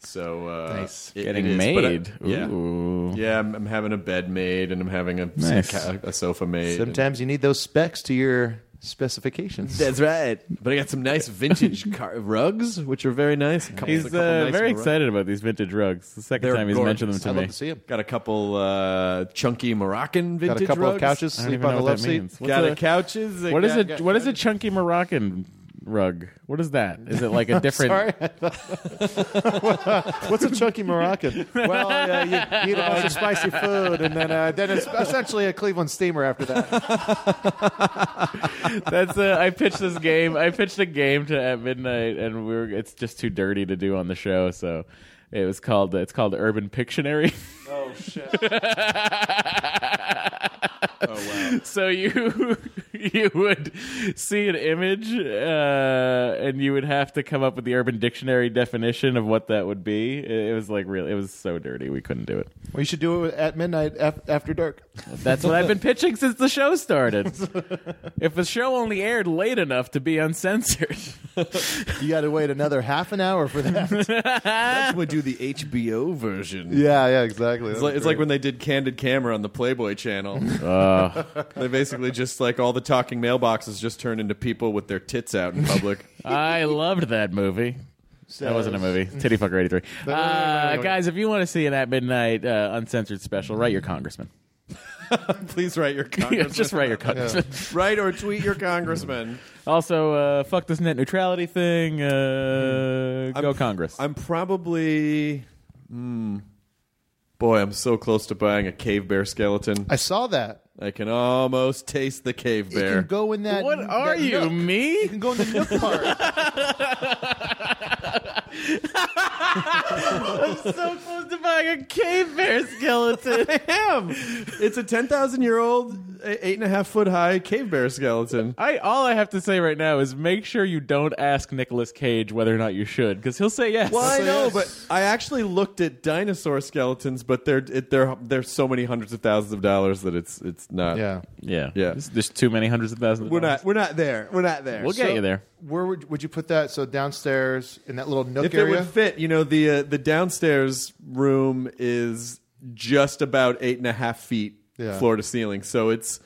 Speaker 1: So uh,
Speaker 6: Nice.
Speaker 1: it-
Speaker 3: Getting
Speaker 1: it is, but, uh,
Speaker 3: made. Ooh.
Speaker 1: yeah, yeah. I'm, I'm having a bed made, and I'm having a
Speaker 3: Nice.
Speaker 1: ca- a sofa made. and-
Speaker 6: Sometimes you need those specs to your specifications.
Speaker 1: That's right. But I got some nice vintage [laughs] car- rugs, which are very nice. A couple-
Speaker 3: He's
Speaker 1: a couple
Speaker 3: uh,
Speaker 1: nice
Speaker 3: very
Speaker 1: rugs.
Speaker 3: excited about these vintage rugs. The second
Speaker 1: They're
Speaker 3: time he's mentioned them
Speaker 1: gorgeous.
Speaker 3: to
Speaker 6: I'd
Speaker 3: me.
Speaker 6: love to see him.
Speaker 1: Got a couple uh, chunky Moroccan
Speaker 6: Got
Speaker 1: vintage
Speaker 6: a couple
Speaker 1: rugs.
Speaker 6: of couches,
Speaker 3: I don't
Speaker 6: sleep
Speaker 3: even
Speaker 6: on
Speaker 3: know
Speaker 6: the
Speaker 3: what
Speaker 6: love
Speaker 3: that
Speaker 6: seat.
Speaker 3: means. What's
Speaker 1: got
Speaker 3: a-
Speaker 1: a couches.
Speaker 3: What is
Speaker 1: got-
Speaker 3: it?
Speaker 1: got-
Speaker 3: What is a chunky Moroccan rug. What is that? Is it like a different?
Speaker 6: Sorry. [laughs] What's a chunky Moroccan? [laughs] Well, uh, you eat a bunch of spicy food, and then uh, then it's essentially a Cleveland steamer after that.
Speaker 3: That's uh, I pitched this game. I pitched a game to at midnight, and we were. It's just too dirty to do on the show, so it was called. It's called Urban Pictionary. [laughs]
Speaker 6: Oh shit! Oh,
Speaker 3: so you [laughs] you would see an image, uh, and you would have to come up with the Urban Dictionary definition of what that would be. It, it was like really. It was so dirty we couldn't do it.
Speaker 6: We should do it at midnight af- after dark.
Speaker 3: That's what I've been pitching since the show started.
Speaker 6: [laughs]
Speaker 3: if the show only aired late enough to be [laughs] uncensored.
Speaker 6: You got to wait another half an hour for that.
Speaker 1: We do the HBO version.
Speaker 6: [laughs] yeah, yeah, exactly.
Speaker 1: It's like, it's like when they did Candid Camera on the Playboy channel. [laughs] they basically just like all the talking mailboxes just turned into people with their tits out in public. [laughs]
Speaker 3: I loved that movie. that wasn't a movie. Titty Fucker 83. Uh, guys, if you want to see an At Midnight uh, uncensored special, write your congressman.
Speaker 1: Please write your
Speaker 3: [laughs] Yeah,
Speaker 1: congressman.
Speaker 3: Just write your congressman.
Speaker 1: write or tweet your congressman.
Speaker 3: Also, uh, fuck this net neutrality thing. Uh, go Congress.
Speaker 1: I'm probably. Hmm. Boy, I'm so close to buying a cave bear skeleton.
Speaker 6: I saw that.
Speaker 1: I can almost taste the cave
Speaker 6: You
Speaker 1: bear.
Speaker 6: can go in that.
Speaker 3: what are
Speaker 6: that
Speaker 3: you,
Speaker 6: nook. You
Speaker 3: me? [laughs]
Speaker 6: can go in the nook part.
Speaker 3: so close to buying a cave bear skeleton. [laughs] I am.
Speaker 1: it's a 10,000 year old, eight and a half foot high cave bear skeleton.
Speaker 3: I all I have to say right now is make sure you don't ask Nicolas Cage whether or not you should, because he'll say yes.
Speaker 1: Well, I know, but I actually looked at dinosaur skeletons, but they're it, they're they're so many hundreds of thousands of dollars that it's it's not.
Speaker 6: [laughs] yeah.
Speaker 3: Yeah,
Speaker 1: Yeah.
Speaker 3: There's, there's too many hundreds of thousands. of
Speaker 1: we're
Speaker 3: dollars.
Speaker 1: not we're not there. We're not there.
Speaker 3: We'll get
Speaker 6: So-
Speaker 3: you there.
Speaker 6: Where would, would you put that? So downstairs in that little nook
Speaker 1: if it
Speaker 6: area.
Speaker 1: would fit, you know, the uh, the downstairs room is just about eight and a half feet
Speaker 6: Yeah.
Speaker 1: floor to ceiling, so it's.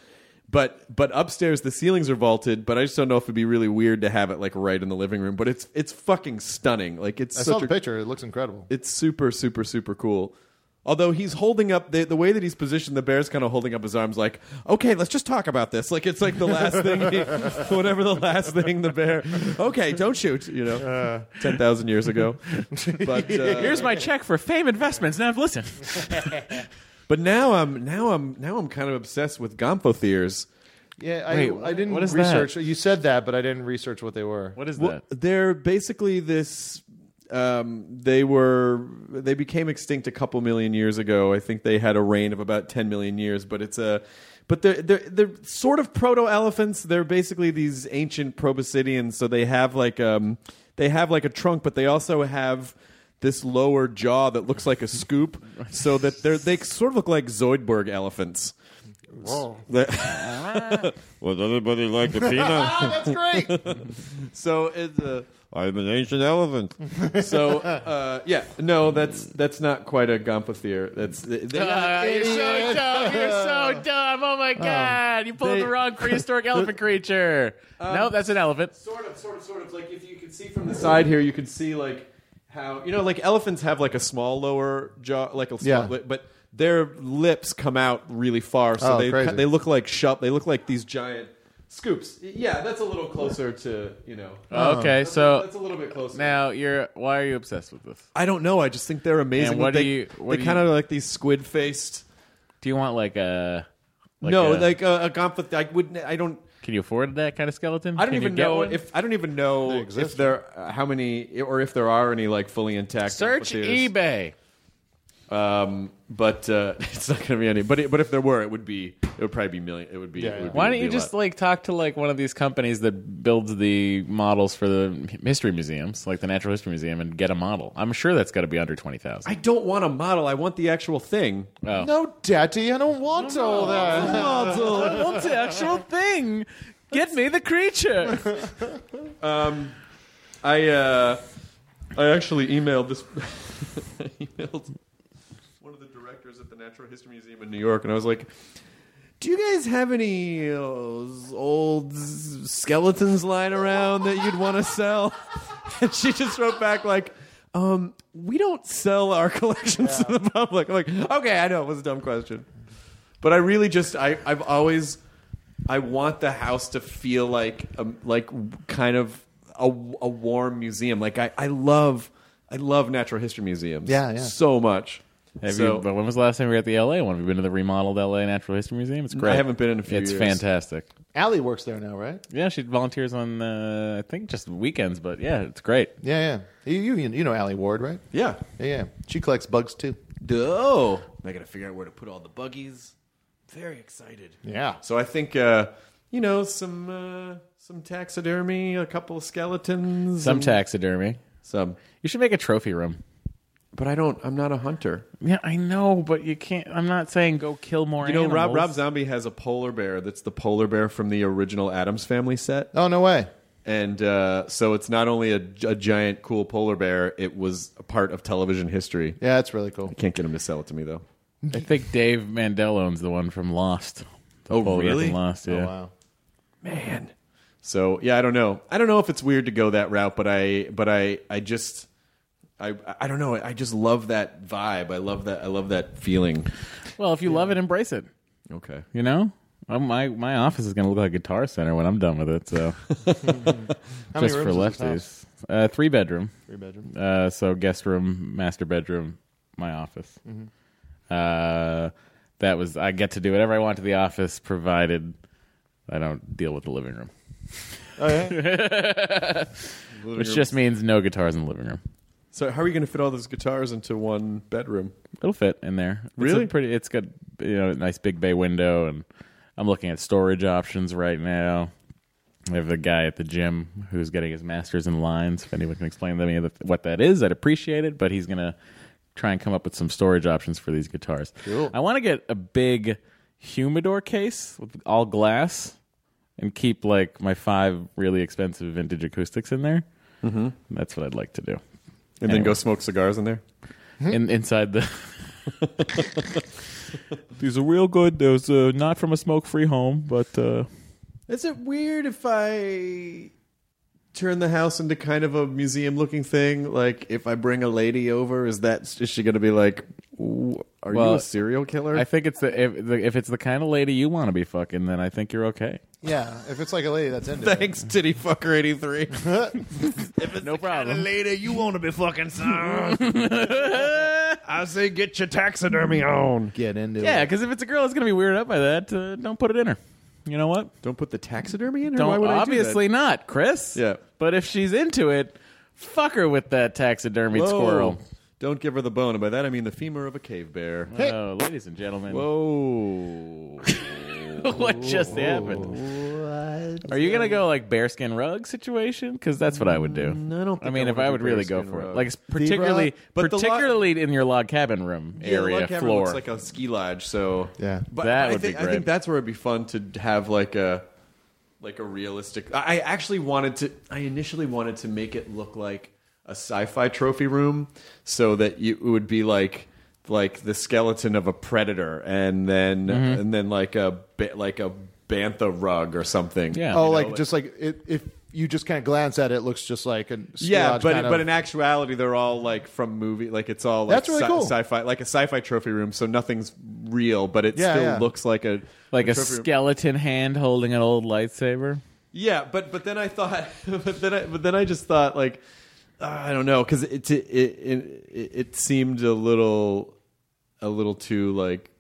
Speaker 1: But but upstairs the ceilings are vaulted, but I just don't know if it'd be really weird to have it like right in the living room. But it's it's fucking stunning. Like it's
Speaker 6: I
Speaker 1: such
Speaker 6: saw the
Speaker 1: a
Speaker 6: picture. It looks incredible.
Speaker 1: it's super super super cool although he's holding up the, the way that he's positioned the bear's kind of holding up his arms like okay let's just talk about this like it's like the last thing he, [laughs] whatever the last thing the bear okay don't shoot you know 10,000 years ago but uh,
Speaker 3: Here's my check for Fame Investments. Now listen.
Speaker 1: but now I'm now I'm now I'm kind of obsessed with gomphotheres
Speaker 6: Yeah, I,
Speaker 3: Wait,
Speaker 6: I didn't
Speaker 3: what is
Speaker 6: research. You said that, but I didn't research what they were.
Speaker 3: What is
Speaker 1: Well,
Speaker 3: that?
Speaker 1: they're basically this. Um, they were they became extinct a couple million years ago. I think they had a reign of about ten million years, but it's a but they're they're, they're sort of proto elephants. They're basically these ancient proboscideans. So they have like um they have like a trunk, but they also have this lower jaw that looks like a scoop, so that they're they sort of look like Zoidberg elephants. [laughs]
Speaker 8: Would anybody like a peanut?
Speaker 6: Ah, That's great.
Speaker 1: So it's a
Speaker 8: I'm an ancient elephant.
Speaker 1: [laughs] So uh, yeah, no, that's that's not quite a gomphotheer. That's they, they-
Speaker 3: you're so
Speaker 6: Idiot.
Speaker 3: dumb. Oh, You're so
Speaker 1: [laughs]
Speaker 3: dumb. Oh my god! You pulled
Speaker 1: They- Um,
Speaker 3: the wrong
Speaker 1: [laughs]
Speaker 3: prehistoric elephant creature. no, that's an elephant.
Speaker 1: sort of, sort of, sort of. Like if you could see from the side here, you could see like how you know, like elephants have like a small lower jaw, like a small,
Speaker 6: Yeah.
Speaker 1: lip, but their lips come out really far, so
Speaker 6: Oh,
Speaker 1: they
Speaker 6: crazy.
Speaker 1: they look like shut. They look like these giant scoops. Yeah, that's a little closer to you know.
Speaker 3: okay,
Speaker 1: um, That's a-
Speaker 3: so
Speaker 1: that's a little bit closer.
Speaker 3: now you're. Why are you obsessed with this?
Speaker 1: I don't know. I just think they're amazing.
Speaker 3: And what
Speaker 1: they,
Speaker 3: do you- what
Speaker 1: they
Speaker 3: do you-
Speaker 1: kind of like these squid faced.
Speaker 3: Do you want like a? Like
Speaker 1: no,
Speaker 3: a-
Speaker 1: like a, a gomphoth. I wouldn't. I don't.
Speaker 3: Can you afford that kind of skeleton?
Speaker 1: I don't
Speaker 3: Can you
Speaker 1: even
Speaker 3: get
Speaker 1: know
Speaker 3: one?
Speaker 1: if I don't even know
Speaker 6: exist.
Speaker 1: if there uh, how many or if there are any like fully intact.
Speaker 3: search
Speaker 1: amphitheaters.
Speaker 3: eBay.
Speaker 1: Um, but uh, [laughs] it's not going to be any. But it, but if there were, it would be it would probably be million. It would be.
Speaker 6: Yeah,
Speaker 1: it would
Speaker 6: yeah.
Speaker 1: be-
Speaker 3: Why
Speaker 1: would
Speaker 3: don't you
Speaker 1: be a
Speaker 3: just
Speaker 1: lot.
Speaker 3: like talk to like one of these companies that builds the models for the history museums, like the Natural History Museum, and get a model? I'm sure that's got to be under twenty thousand.
Speaker 1: I don't want a model. I want the actual thing.
Speaker 6: No, Daddy, I don't want all that.
Speaker 3: I want the actual thing. Get me the [laughs] creature.
Speaker 1: [laughs] I uh, I actually emailed this. [laughs] I emailed one of the directors at the Natural History Museum in New York, and I was like, "Do you guys have any uh, old s- skeletons lying around that you'd want to sell?" [laughs] And she just wrote back like. Um, we don't sell our collections to the public. I'm like, okay, I know it was a dumb question, but I really just I I've always I want the house to feel like um, like kind of a, a warm museum. Like I, I love I love natural history museums.
Speaker 6: Yeah, yeah.
Speaker 1: so much.
Speaker 3: Have
Speaker 1: So-
Speaker 3: you, but when was the last time we were at the LA one? Have you been to the remodeled LA Natural History Museum? It's great.
Speaker 1: haven't been in a few
Speaker 3: It's
Speaker 1: years.
Speaker 3: fantastic.
Speaker 6: Allie works there now, right?
Speaker 3: Yeah, she volunteers on uh, I think just weekends, but yeah, it's great.
Speaker 6: Yeah, yeah. You you, you know Allie Ward, right?
Speaker 1: yeah.
Speaker 6: Yeah, yeah. She collects bugs too.
Speaker 1: Oh, I gotta figure out where to put all the buggies. Very excited.
Speaker 6: Yeah.
Speaker 1: So I think uh, you know some uh, some taxidermy, a couple of skeletons,
Speaker 3: Some
Speaker 1: and-
Speaker 3: taxidermy.
Speaker 1: some.
Speaker 3: You should make a trophy room.
Speaker 1: But I don't. I'm not a hunter.
Speaker 3: Yeah, I know, but you can't. I'm not saying go kill more.
Speaker 1: You know, Rob
Speaker 3: animals.
Speaker 1: Rob Zombie has a polar bear that's the polar bear from the original Adams Family set,
Speaker 6: Oh no way.
Speaker 1: and uh, so it's not only a, a giant, cool polar bear. It was a part of television history.
Speaker 6: Yeah, that's really cool.
Speaker 1: Can't get him to sell it to me though.
Speaker 3: I think Dave Mandel owns the one from Lost. The
Speaker 1: Oh,
Speaker 3: polar bear from
Speaker 1: really?
Speaker 3: Lost. Yeah.
Speaker 6: Wow.
Speaker 1: man so yeah i don't know i don't know if it's weird to go that route but i but i i just i i don't know i just love that vibe i love that i love that feeling
Speaker 3: Well, if you love it, embrace it.
Speaker 1: okay
Speaker 3: You know, Well, my my office is gonna look like a Guitar Center when I'm done with it. So just for
Speaker 6: rooms is this
Speaker 3: lefties, uh, three bedroom.
Speaker 6: Three bedroom.
Speaker 3: Uh, so guest room, master bedroom, my office. Uh, that was I get to do whatever I want to the office, provided I don't deal with the living room,
Speaker 6: Oh
Speaker 3: [laughs]
Speaker 6: yeah.
Speaker 3: which just means no guitars in the living room.
Speaker 1: so how are you going to fit all those guitars into one bedroom
Speaker 3: It'll fit in there.
Speaker 1: Really?
Speaker 3: it's a pretty. It's got you know a nice big bay window, and I'm looking at storage options right now. I have the guy at the gym who's getting his master's in lines. If anyone can explain to me that, what that is, I'd appreciate it. But he's gonna try and come up with some storage options for these guitars. I want to get a big humidor case with all glass and keep like my five really expensive vintage acoustics in there. Mm-hmm. That's what I'd like to do.
Speaker 1: and then go smoke cigars in there
Speaker 3: In, inside the. [laughs] These are real good. Those uh, not from a smoke-free home, but uh,
Speaker 1: is it weird if i turn the house into kind of a museum looking thing like if i bring a lady over is that is she going to be like "Ooh, are you
Speaker 3: Well,
Speaker 1: a serial killer
Speaker 3: I think it's the if, the if it's the kind of lady you want to be fucking, then I think you're okay.
Speaker 6: yeah. If it's like a lady, that's into it.
Speaker 1: Thanks, titty fucker
Speaker 8: [laughs]
Speaker 1: eighty three.
Speaker 3: No problem.
Speaker 8: Later, you want to be
Speaker 1: [laughs]
Speaker 8: fucking son. I say get your taxidermy on.
Speaker 6: Get into
Speaker 3: [laughs] Yeah,
Speaker 6: it.
Speaker 3: because if it's a girl, it's gonna be weirded out by that. Uh, don't put it in her. You know what?
Speaker 1: Don't put the taxidermy in her.
Speaker 3: Don't
Speaker 1: Why would I do that?
Speaker 3: obviously not, Chris.
Speaker 1: Yeah.
Speaker 3: But if she's into it, fuck her with that taxidermied
Speaker 1: Whoa.
Speaker 3: squirrel.
Speaker 1: Don't give her the bone, and by that I mean the femur of a cave bear.
Speaker 3: Oh, ladies and gentlemen,
Speaker 1: Whoa!
Speaker 3: [laughs] what just happened? Are you gonna go like bearskin rug situation? Because that's what I would do.
Speaker 1: Mm, I don't think
Speaker 3: I mean,
Speaker 1: I
Speaker 3: if
Speaker 1: wanna
Speaker 3: I
Speaker 1: do
Speaker 3: would really go
Speaker 1: bearskin
Speaker 3: for it,
Speaker 1: rug.
Speaker 3: like it's particularly,
Speaker 1: But the lo-
Speaker 3: particularly in your log cabin room area
Speaker 1: yeah,
Speaker 3: floor.
Speaker 1: looks like a ski lodge. So
Speaker 6: Yeah.
Speaker 1: but
Speaker 3: That
Speaker 1: I
Speaker 3: would be
Speaker 1: think, I
Speaker 3: great.
Speaker 1: think that's where it'd be fun to have like a like a realistic. I I actually wanted to. I initially wanted to make it look like a sci-fi trophy room, so that you, it would be like like the skeleton of a predator, and then
Speaker 3: Mm-hmm.
Speaker 1: and then like a ba- like a bantha rug or something.
Speaker 3: yeah.
Speaker 6: Oh, like just like it, if you just kind of glance at it, it looks just like an
Speaker 1: Yeah,
Speaker 6: splotch
Speaker 1: but
Speaker 6: kind of-
Speaker 1: but in actuality, they're all like from movie, like it's all like
Speaker 6: That's really
Speaker 1: sci-
Speaker 6: cool.
Speaker 1: sci-fi, like a sci-fi trophy room. So nothing's real, but it
Speaker 6: Yeah,
Speaker 1: still
Speaker 6: yeah.
Speaker 1: looks like a
Speaker 3: like a
Speaker 1: trophy room.
Speaker 3: skeleton hand holding an old lightsaber.
Speaker 1: Yeah, but but then I thought, [laughs] but then I but then I just thought like uh, I don't know because it it, it it it seemed a little a little too like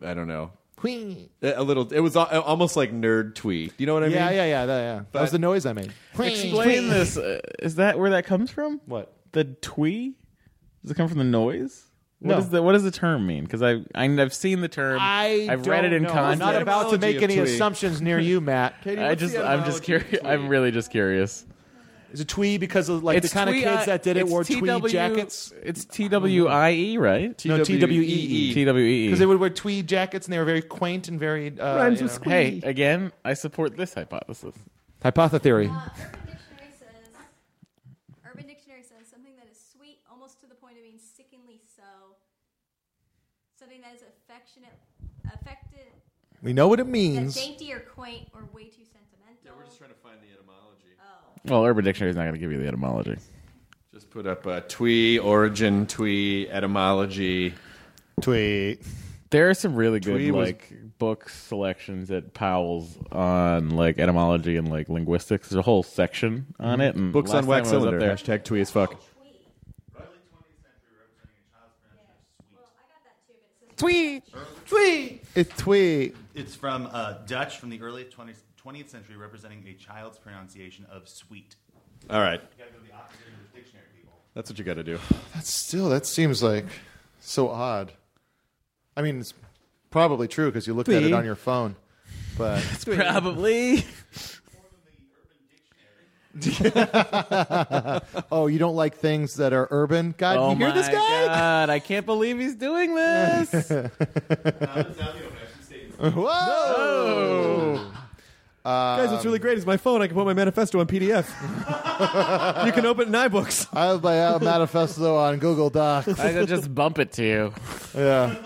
Speaker 1: I don't know a a little. It was al- almost like nerd twee. You know what I
Speaker 6: yeah,
Speaker 1: mean?
Speaker 6: yeah, yeah, that, yeah. that was the noise I made.
Speaker 3: Explain this. Uh, is that where that comes from?
Speaker 6: What?
Speaker 3: the twee? Does it come from the noise? What
Speaker 6: No.
Speaker 3: does the what does the term mean? Because I, I I've seen the term.
Speaker 6: I
Speaker 3: have read it in
Speaker 6: I'm
Speaker 3: context.
Speaker 6: not about to make any
Speaker 1: Etymology of twee.
Speaker 6: assumptions near
Speaker 3: [laughs]
Speaker 6: you, Matt.
Speaker 3: I just I'm just curious. I'm really just curious.
Speaker 6: Is it twee because of like the kind
Speaker 3: twee-
Speaker 6: of kids that did it
Speaker 3: it's E
Speaker 6: wore
Speaker 3: TW
Speaker 6: tweed jackets?
Speaker 3: It's T W I E, right?
Speaker 6: No, TWEE.
Speaker 3: T W E
Speaker 6: Because they
Speaker 3: E.
Speaker 6: would wear tweed jackets and they were very quaint and very uh,
Speaker 8: Rhymes
Speaker 6: you
Speaker 8: with
Speaker 6: know.
Speaker 8: squeak.
Speaker 3: Hey, again, I support this hypothesis.
Speaker 6: hypothetheory.
Speaker 9: Urban Dictionary says. Urban Dictionary says something that is sweet, almost to the point of being sickeningly so. Something that is affectionate, affected,
Speaker 6: We know what it
Speaker 9: yeah,
Speaker 6: means.
Speaker 9: dainty or quaint or way too sentimental. Yeah, we're just trying to find the
Speaker 1: etymology.
Speaker 3: Well, Urban Dictionary is not going to give you the etymology.
Speaker 1: Just put up a twee origin, twee etymology.
Speaker 6: Twee.
Speaker 3: There are some really good
Speaker 1: Twee was-
Speaker 3: like book selections at Powell's on like etymology and like linguistics. There's a whole section
Speaker 6: Mm-hmm.
Speaker 3: on it. And
Speaker 1: Books
Speaker 3: last
Speaker 1: on wax
Speaker 3: time I was up
Speaker 1: cylinder.
Speaker 3: there-
Speaker 1: Hashtag twee as fuck.
Speaker 6: It's twee.
Speaker 10: It's from uh, Dutch from the early 20th, 20th century, representing a child's pronunciation of sweet.
Speaker 1: All right,
Speaker 10: You gotta go to the opposite end of the dictionary, people.
Speaker 1: that's what you got to do.
Speaker 6: That's still that seems like so odd. I mean, it's probably true because you looked at it
Speaker 1: Twee.
Speaker 6: on your phone, [laughs] but
Speaker 3: Probably.
Speaker 6: [laughs] oh, you don't like things that are urban. God,
Speaker 3: Oh
Speaker 6: you hear
Speaker 3: my
Speaker 6: this guy?
Speaker 3: god! I can't believe he's doing
Speaker 6: [laughs]
Speaker 3: this.
Speaker 10: Now that's out in the open. I should say it's-
Speaker 6: Whoa!
Speaker 1: Guys, what's really great is my phone. I can put my manifesto on PDF. you can open it in iBooks.
Speaker 6: I have my uh, manifesto on Google [laughs] Docs.
Speaker 3: I could just bump it to you.
Speaker 6: Yeah,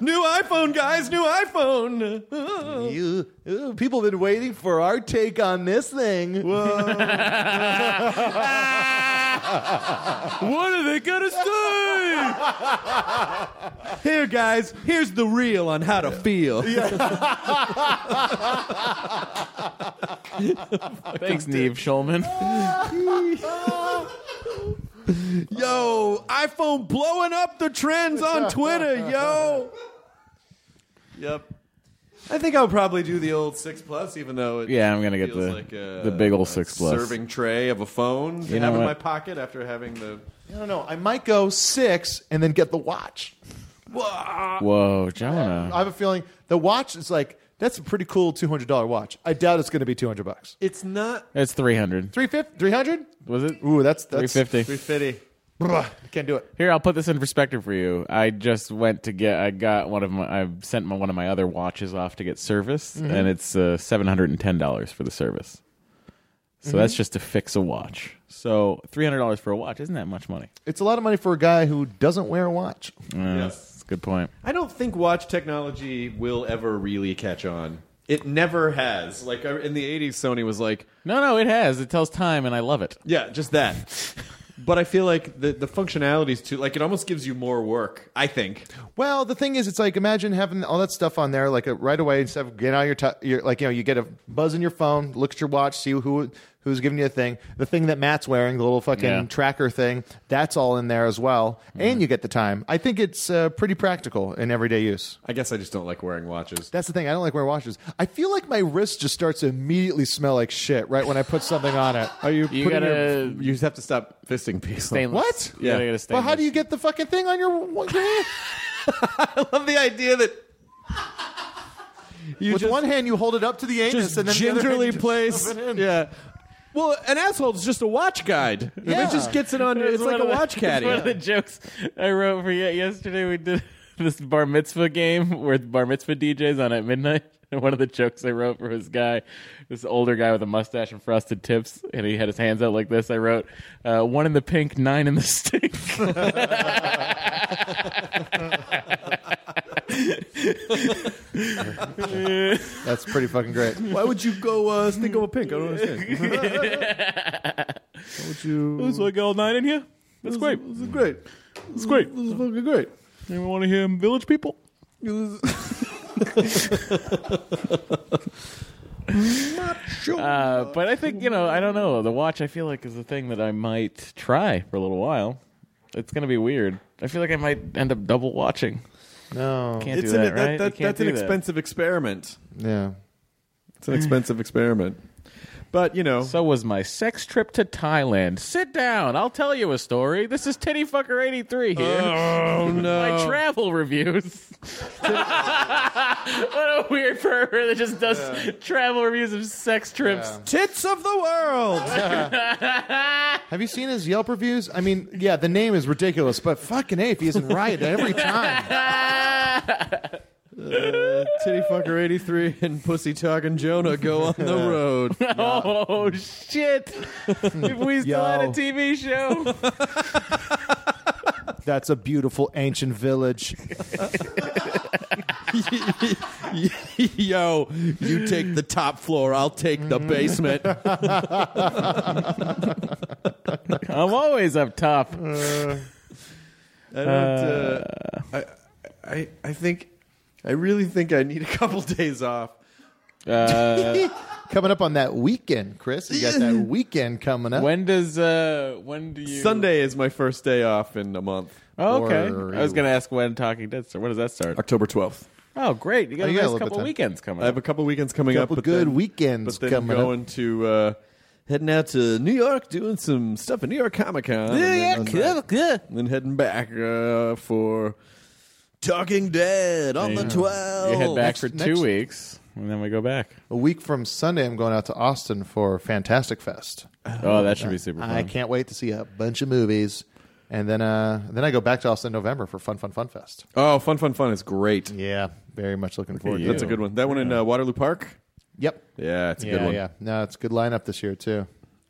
Speaker 1: New iPhone, guys. New iPhone.
Speaker 6: [laughs] you ooh, people have been waiting for our take on this thing. [laughs]
Speaker 1: What are they gonna say? Here, guys. Here's the reel on how to feel.
Speaker 3: Thanks, Neve
Speaker 1: [laughs]
Speaker 3: Schulman.
Speaker 1: Yo, iPhone blowing up the trends on Twitter, yo. Yep. I think I'll probably do the old six plus, even though it
Speaker 3: Yeah, I'm gonna get
Speaker 1: feels
Speaker 3: the
Speaker 1: like a,
Speaker 3: the big
Speaker 1: a
Speaker 3: old six plus.
Speaker 1: serving tray of a phone to
Speaker 3: You know
Speaker 1: have in
Speaker 3: what?
Speaker 1: my pocket after having the.
Speaker 6: I don't know. I might go six and then get the watch.
Speaker 3: Whoa, Jonah.
Speaker 6: I have a feeling the watch is like that's a pretty cool two hundred dollar watch. I doubt it's going to be two hundred bucks.
Speaker 1: It's not
Speaker 3: It's three hundred.
Speaker 6: Three fifty, three hundred.
Speaker 3: Was it?
Speaker 6: Ooh, that's
Speaker 3: Three
Speaker 6: that's
Speaker 3: fifty.
Speaker 1: three fifty.
Speaker 6: Bruh, can't do it.
Speaker 3: Here, I'll put this in perspective for you. I just went to get. I got one of my. I sent my, one of my other watches off to get serviced,
Speaker 6: Mm-hmm.
Speaker 3: and it's uh, seven hundred and ten dollars for the service.
Speaker 6: Mm-hmm.
Speaker 3: So that's just to fix a watch. So three hundred dollars for a watch isn't that much money?
Speaker 6: It's a lot of money for a guy who doesn't wear a watch.
Speaker 3: Uh, That's a good point.
Speaker 1: I don't think watch technology will ever really catch on. It never has. Like I- in the '80s, Sony was like,
Speaker 3: No, no, it has. It tells time, and I love it.
Speaker 1: Yeah, just [laughs] that. but I feel like the the functionalities too. Like it almost gives you more work. I think.
Speaker 6: Well, the thing is, it's like imagine having all that stuff on there, like uh, right away instead of getting out your, t- your like you know you get a buzz in your phone, look at your watch, see who who's giving you a thing. The thing that Matt's wearing, the little fucking
Speaker 3: Yeah.
Speaker 6: tracker thing, that's all in there as well, and you get the time. I think it's uh, pretty practical in everyday use.
Speaker 1: I guess I just don't like wearing watches.
Speaker 6: That's the thing. I don't like wearing watches. I feel like my wrist just starts to immediately smell like shit right when I put something on it.
Speaker 1: Are you?
Speaker 3: You
Speaker 1: putting
Speaker 3: gotta-
Speaker 1: your- you have to stop fisting people.
Speaker 3: Stainless.
Speaker 6: What?
Speaker 3: You gotta
Speaker 1: [laughs] Yeah.
Speaker 3: get a
Speaker 6: Well,
Speaker 3: stainless.
Speaker 6: how do you get the fucking thing on your? What,
Speaker 1: [laughs]
Speaker 6: your hand?
Speaker 1: I love the idea that you
Speaker 6: With
Speaker 1: just,
Speaker 6: one hand you hold it up to the anus
Speaker 1: just
Speaker 6: and then the other
Speaker 1: gingerly
Speaker 6: hand you [laughs]
Speaker 1: place.
Speaker 6: shove it in.
Speaker 1: Yeah. Well, an asshole is just a watch guide.
Speaker 6: Yeah.
Speaker 1: It just gets it on.
Speaker 3: It was
Speaker 1: It's like
Speaker 3: one
Speaker 1: a
Speaker 3: of the-
Speaker 1: watch
Speaker 3: it's One of the
Speaker 1: caddy.
Speaker 3: jokes I wrote for you yesterday, we did [laughs] this bar mitzvah game with bar mitzvah DJs on at midnight. [laughs] And one of the jokes I wrote for this guy, this older guy with a mustache and frosted tips, and he had his hands out like this. I wrote, uh, one in the pink, nine in the stink.
Speaker 6: That's pretty fucking great.
Speaker 1: Why [laughs] would you go uh, stink of a pink? I don't understand.
Speaker 3: [laughs] Who's like all nine in here? That's great.
Speaker 1: This is great.
Speaker 3: That's great.
Speaker 1: This is fucking great.
Speaker 3: Anyone want to hear Village People?
Speaker 1: [laughs]
Speaker 3: Uh, but I think you know, I don't know. The watch, I feel like, is the thing that I might try for a little while. It's gonna be weird. I feel like I might end up double watching.
Speaker 6: No.
Speaker 3: Can't
Speaker 1: It's
Speaker 3: do
Speaker 1: an,
Speaker 3: that, right?
Speaker 1: that,
Speaker 3: You can't
Speaker 1: that's an
Speaker 3: do that.
Speaker 1: expensive experiment.
Speaker 6: Yeah.
Speaker 1: It's an expensive experiment. But, you know,
Speaker 3: So was my sex trip to Thailand. Sit down. I'll tell you a story. This is Titty Fucker eighty three here.
Speaker 1: oh
Speaker 3: [laughs] My
Speaker 1: no.
Speaker 3: travel reviews. [laughs] what a weird pervert that just does travel reviews of sex trips.
Speaker 1: Tits of the world.
Speaker 6: Have you seen his Yelp reviews? I mean, yeah, the name is ridiculous, but fucking A, if he isn't
Speaker 1: [laughs]
Speaker 6: right every time.
Speaker 1: Titty fucker 83 and pussy talking Jonah go on [laughs] the road.
Speaker 3: [laughs] Oh shit! if we still had a
Speaker 6: Yo.
Speaker 3: TV show,
Speaker 6: That's a beautiful ancient village.
Speaker 1: Yo, you take the top floor, I'll take the basement.
Speaker 3: I'm always up top.
Speaker 6: Uh.
Speaker 1: I don't. Uh, I, I I think I really think I need a [laughs] couple days off. Uh,
Speaker 6: [laughs] coming up on that weekend, Chris. You got that
Speaker 1: [laughs]
Speaker 6: weekend coming up.
Speaker 1: When
Speaker 3: does uh when do you
Speaker 1: Sunday is my first day off in a month.
Speaker 3: Oh, okay. I was going to ask when Talking Dead starts. When does that start?
Speaker 1: October twelfth.
Speaker 3: Oh, great! You got
Speaker 1: Oh,
Speaker 3: a
Speaker 1: you got a
Speaker 3: nice
Speaker 1: little bit
Speaker 3: couple
Speaker 1: time.
Speaker 3: weekends coming.
Speaker 1: I have a couple weekends coming
Speaker 6: Couple
Speaker 1: up. but
Speaker 6: good
Speaker 1: then-
Speaker 6: weekends
Speaker 1: but then
Speaker 6: coming up.
Speaker 1: going to uh, heading out to New York, doing some stuff at New York Comic Con.
Speaker 3: New
Speaker 1: and then-
Speaker 3: York Comic-Con.
Speaker 1: Then heading back uh, for Talking Dead on the twelfth.
Speaker 3: You head back for two weeks, and then we go back.
Speaker 6: A week from Sunday, I'm going out to Austin for Fantastic Fest.
Speaker 3: Oh, that should be super
Speaker 6: I
Speaker 3: fun.
Speaker 6: can't wait to see a bunch of movies, and then uh, then I go back to Austin in November for Fun Fun Fun Fest.
Speaker 1: Oh, fun, fun, fun is great.
Speaker 6: Yeah, very much looking forward. to
Speaker 1: That's
Speaker 6: it.
Speaker 1: a good one. That one in uh, Waterloo Park.
Speaker 6: Yep.
Speaker 1: Yeah, it's a
Speaker 6: yeah,
Speaker 1: good one.
Speaker 6: Yeah, no, it's a good lineup this year too.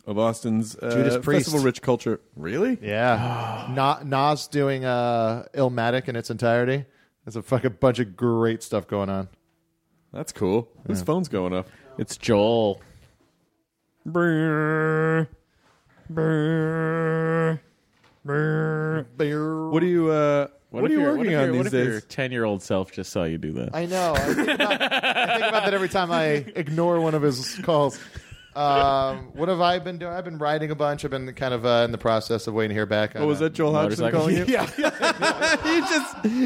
Speaker 1: Of Austin's uh,
Speaker 6: Judas Priest.
Speaker 1: Festival Rich Culture. Really?
Speaker 6: Yeah, [gasps] Na- Nas doing uh, Illmatic in its entirety. There's a fucking bunch of great stuff going on.
Speaker 1: That's cool. Whose phone's going up?
Speaker 3: It's Joel.
Speaker 1: What are you? Uh, what,
Speaker 3: if
Speaker 1: are you
Speaker 3: your-
Speaker 1: working
Speaker 3: if your-
Speaker 1: on
Speaker 3: what
Speaker 1: these
Speaker 3: if Your
Speaker 1: days?
Speaker 3: ten-year-old self just saw you do that.
Speaker 6: I know. I think, about, I think about that every time I ignore one of his calls. Um, what have I been doing? I've been writing a bunch. I've been kind of uh, in the process of waiting to hear back.
Speaker 1: What was that, Joel Hodgson
Speaker 3: motorcycle.
Speaker 1: calling
Speaker 6: [laughs]
Speaker 1: you? yeah, [laughs] you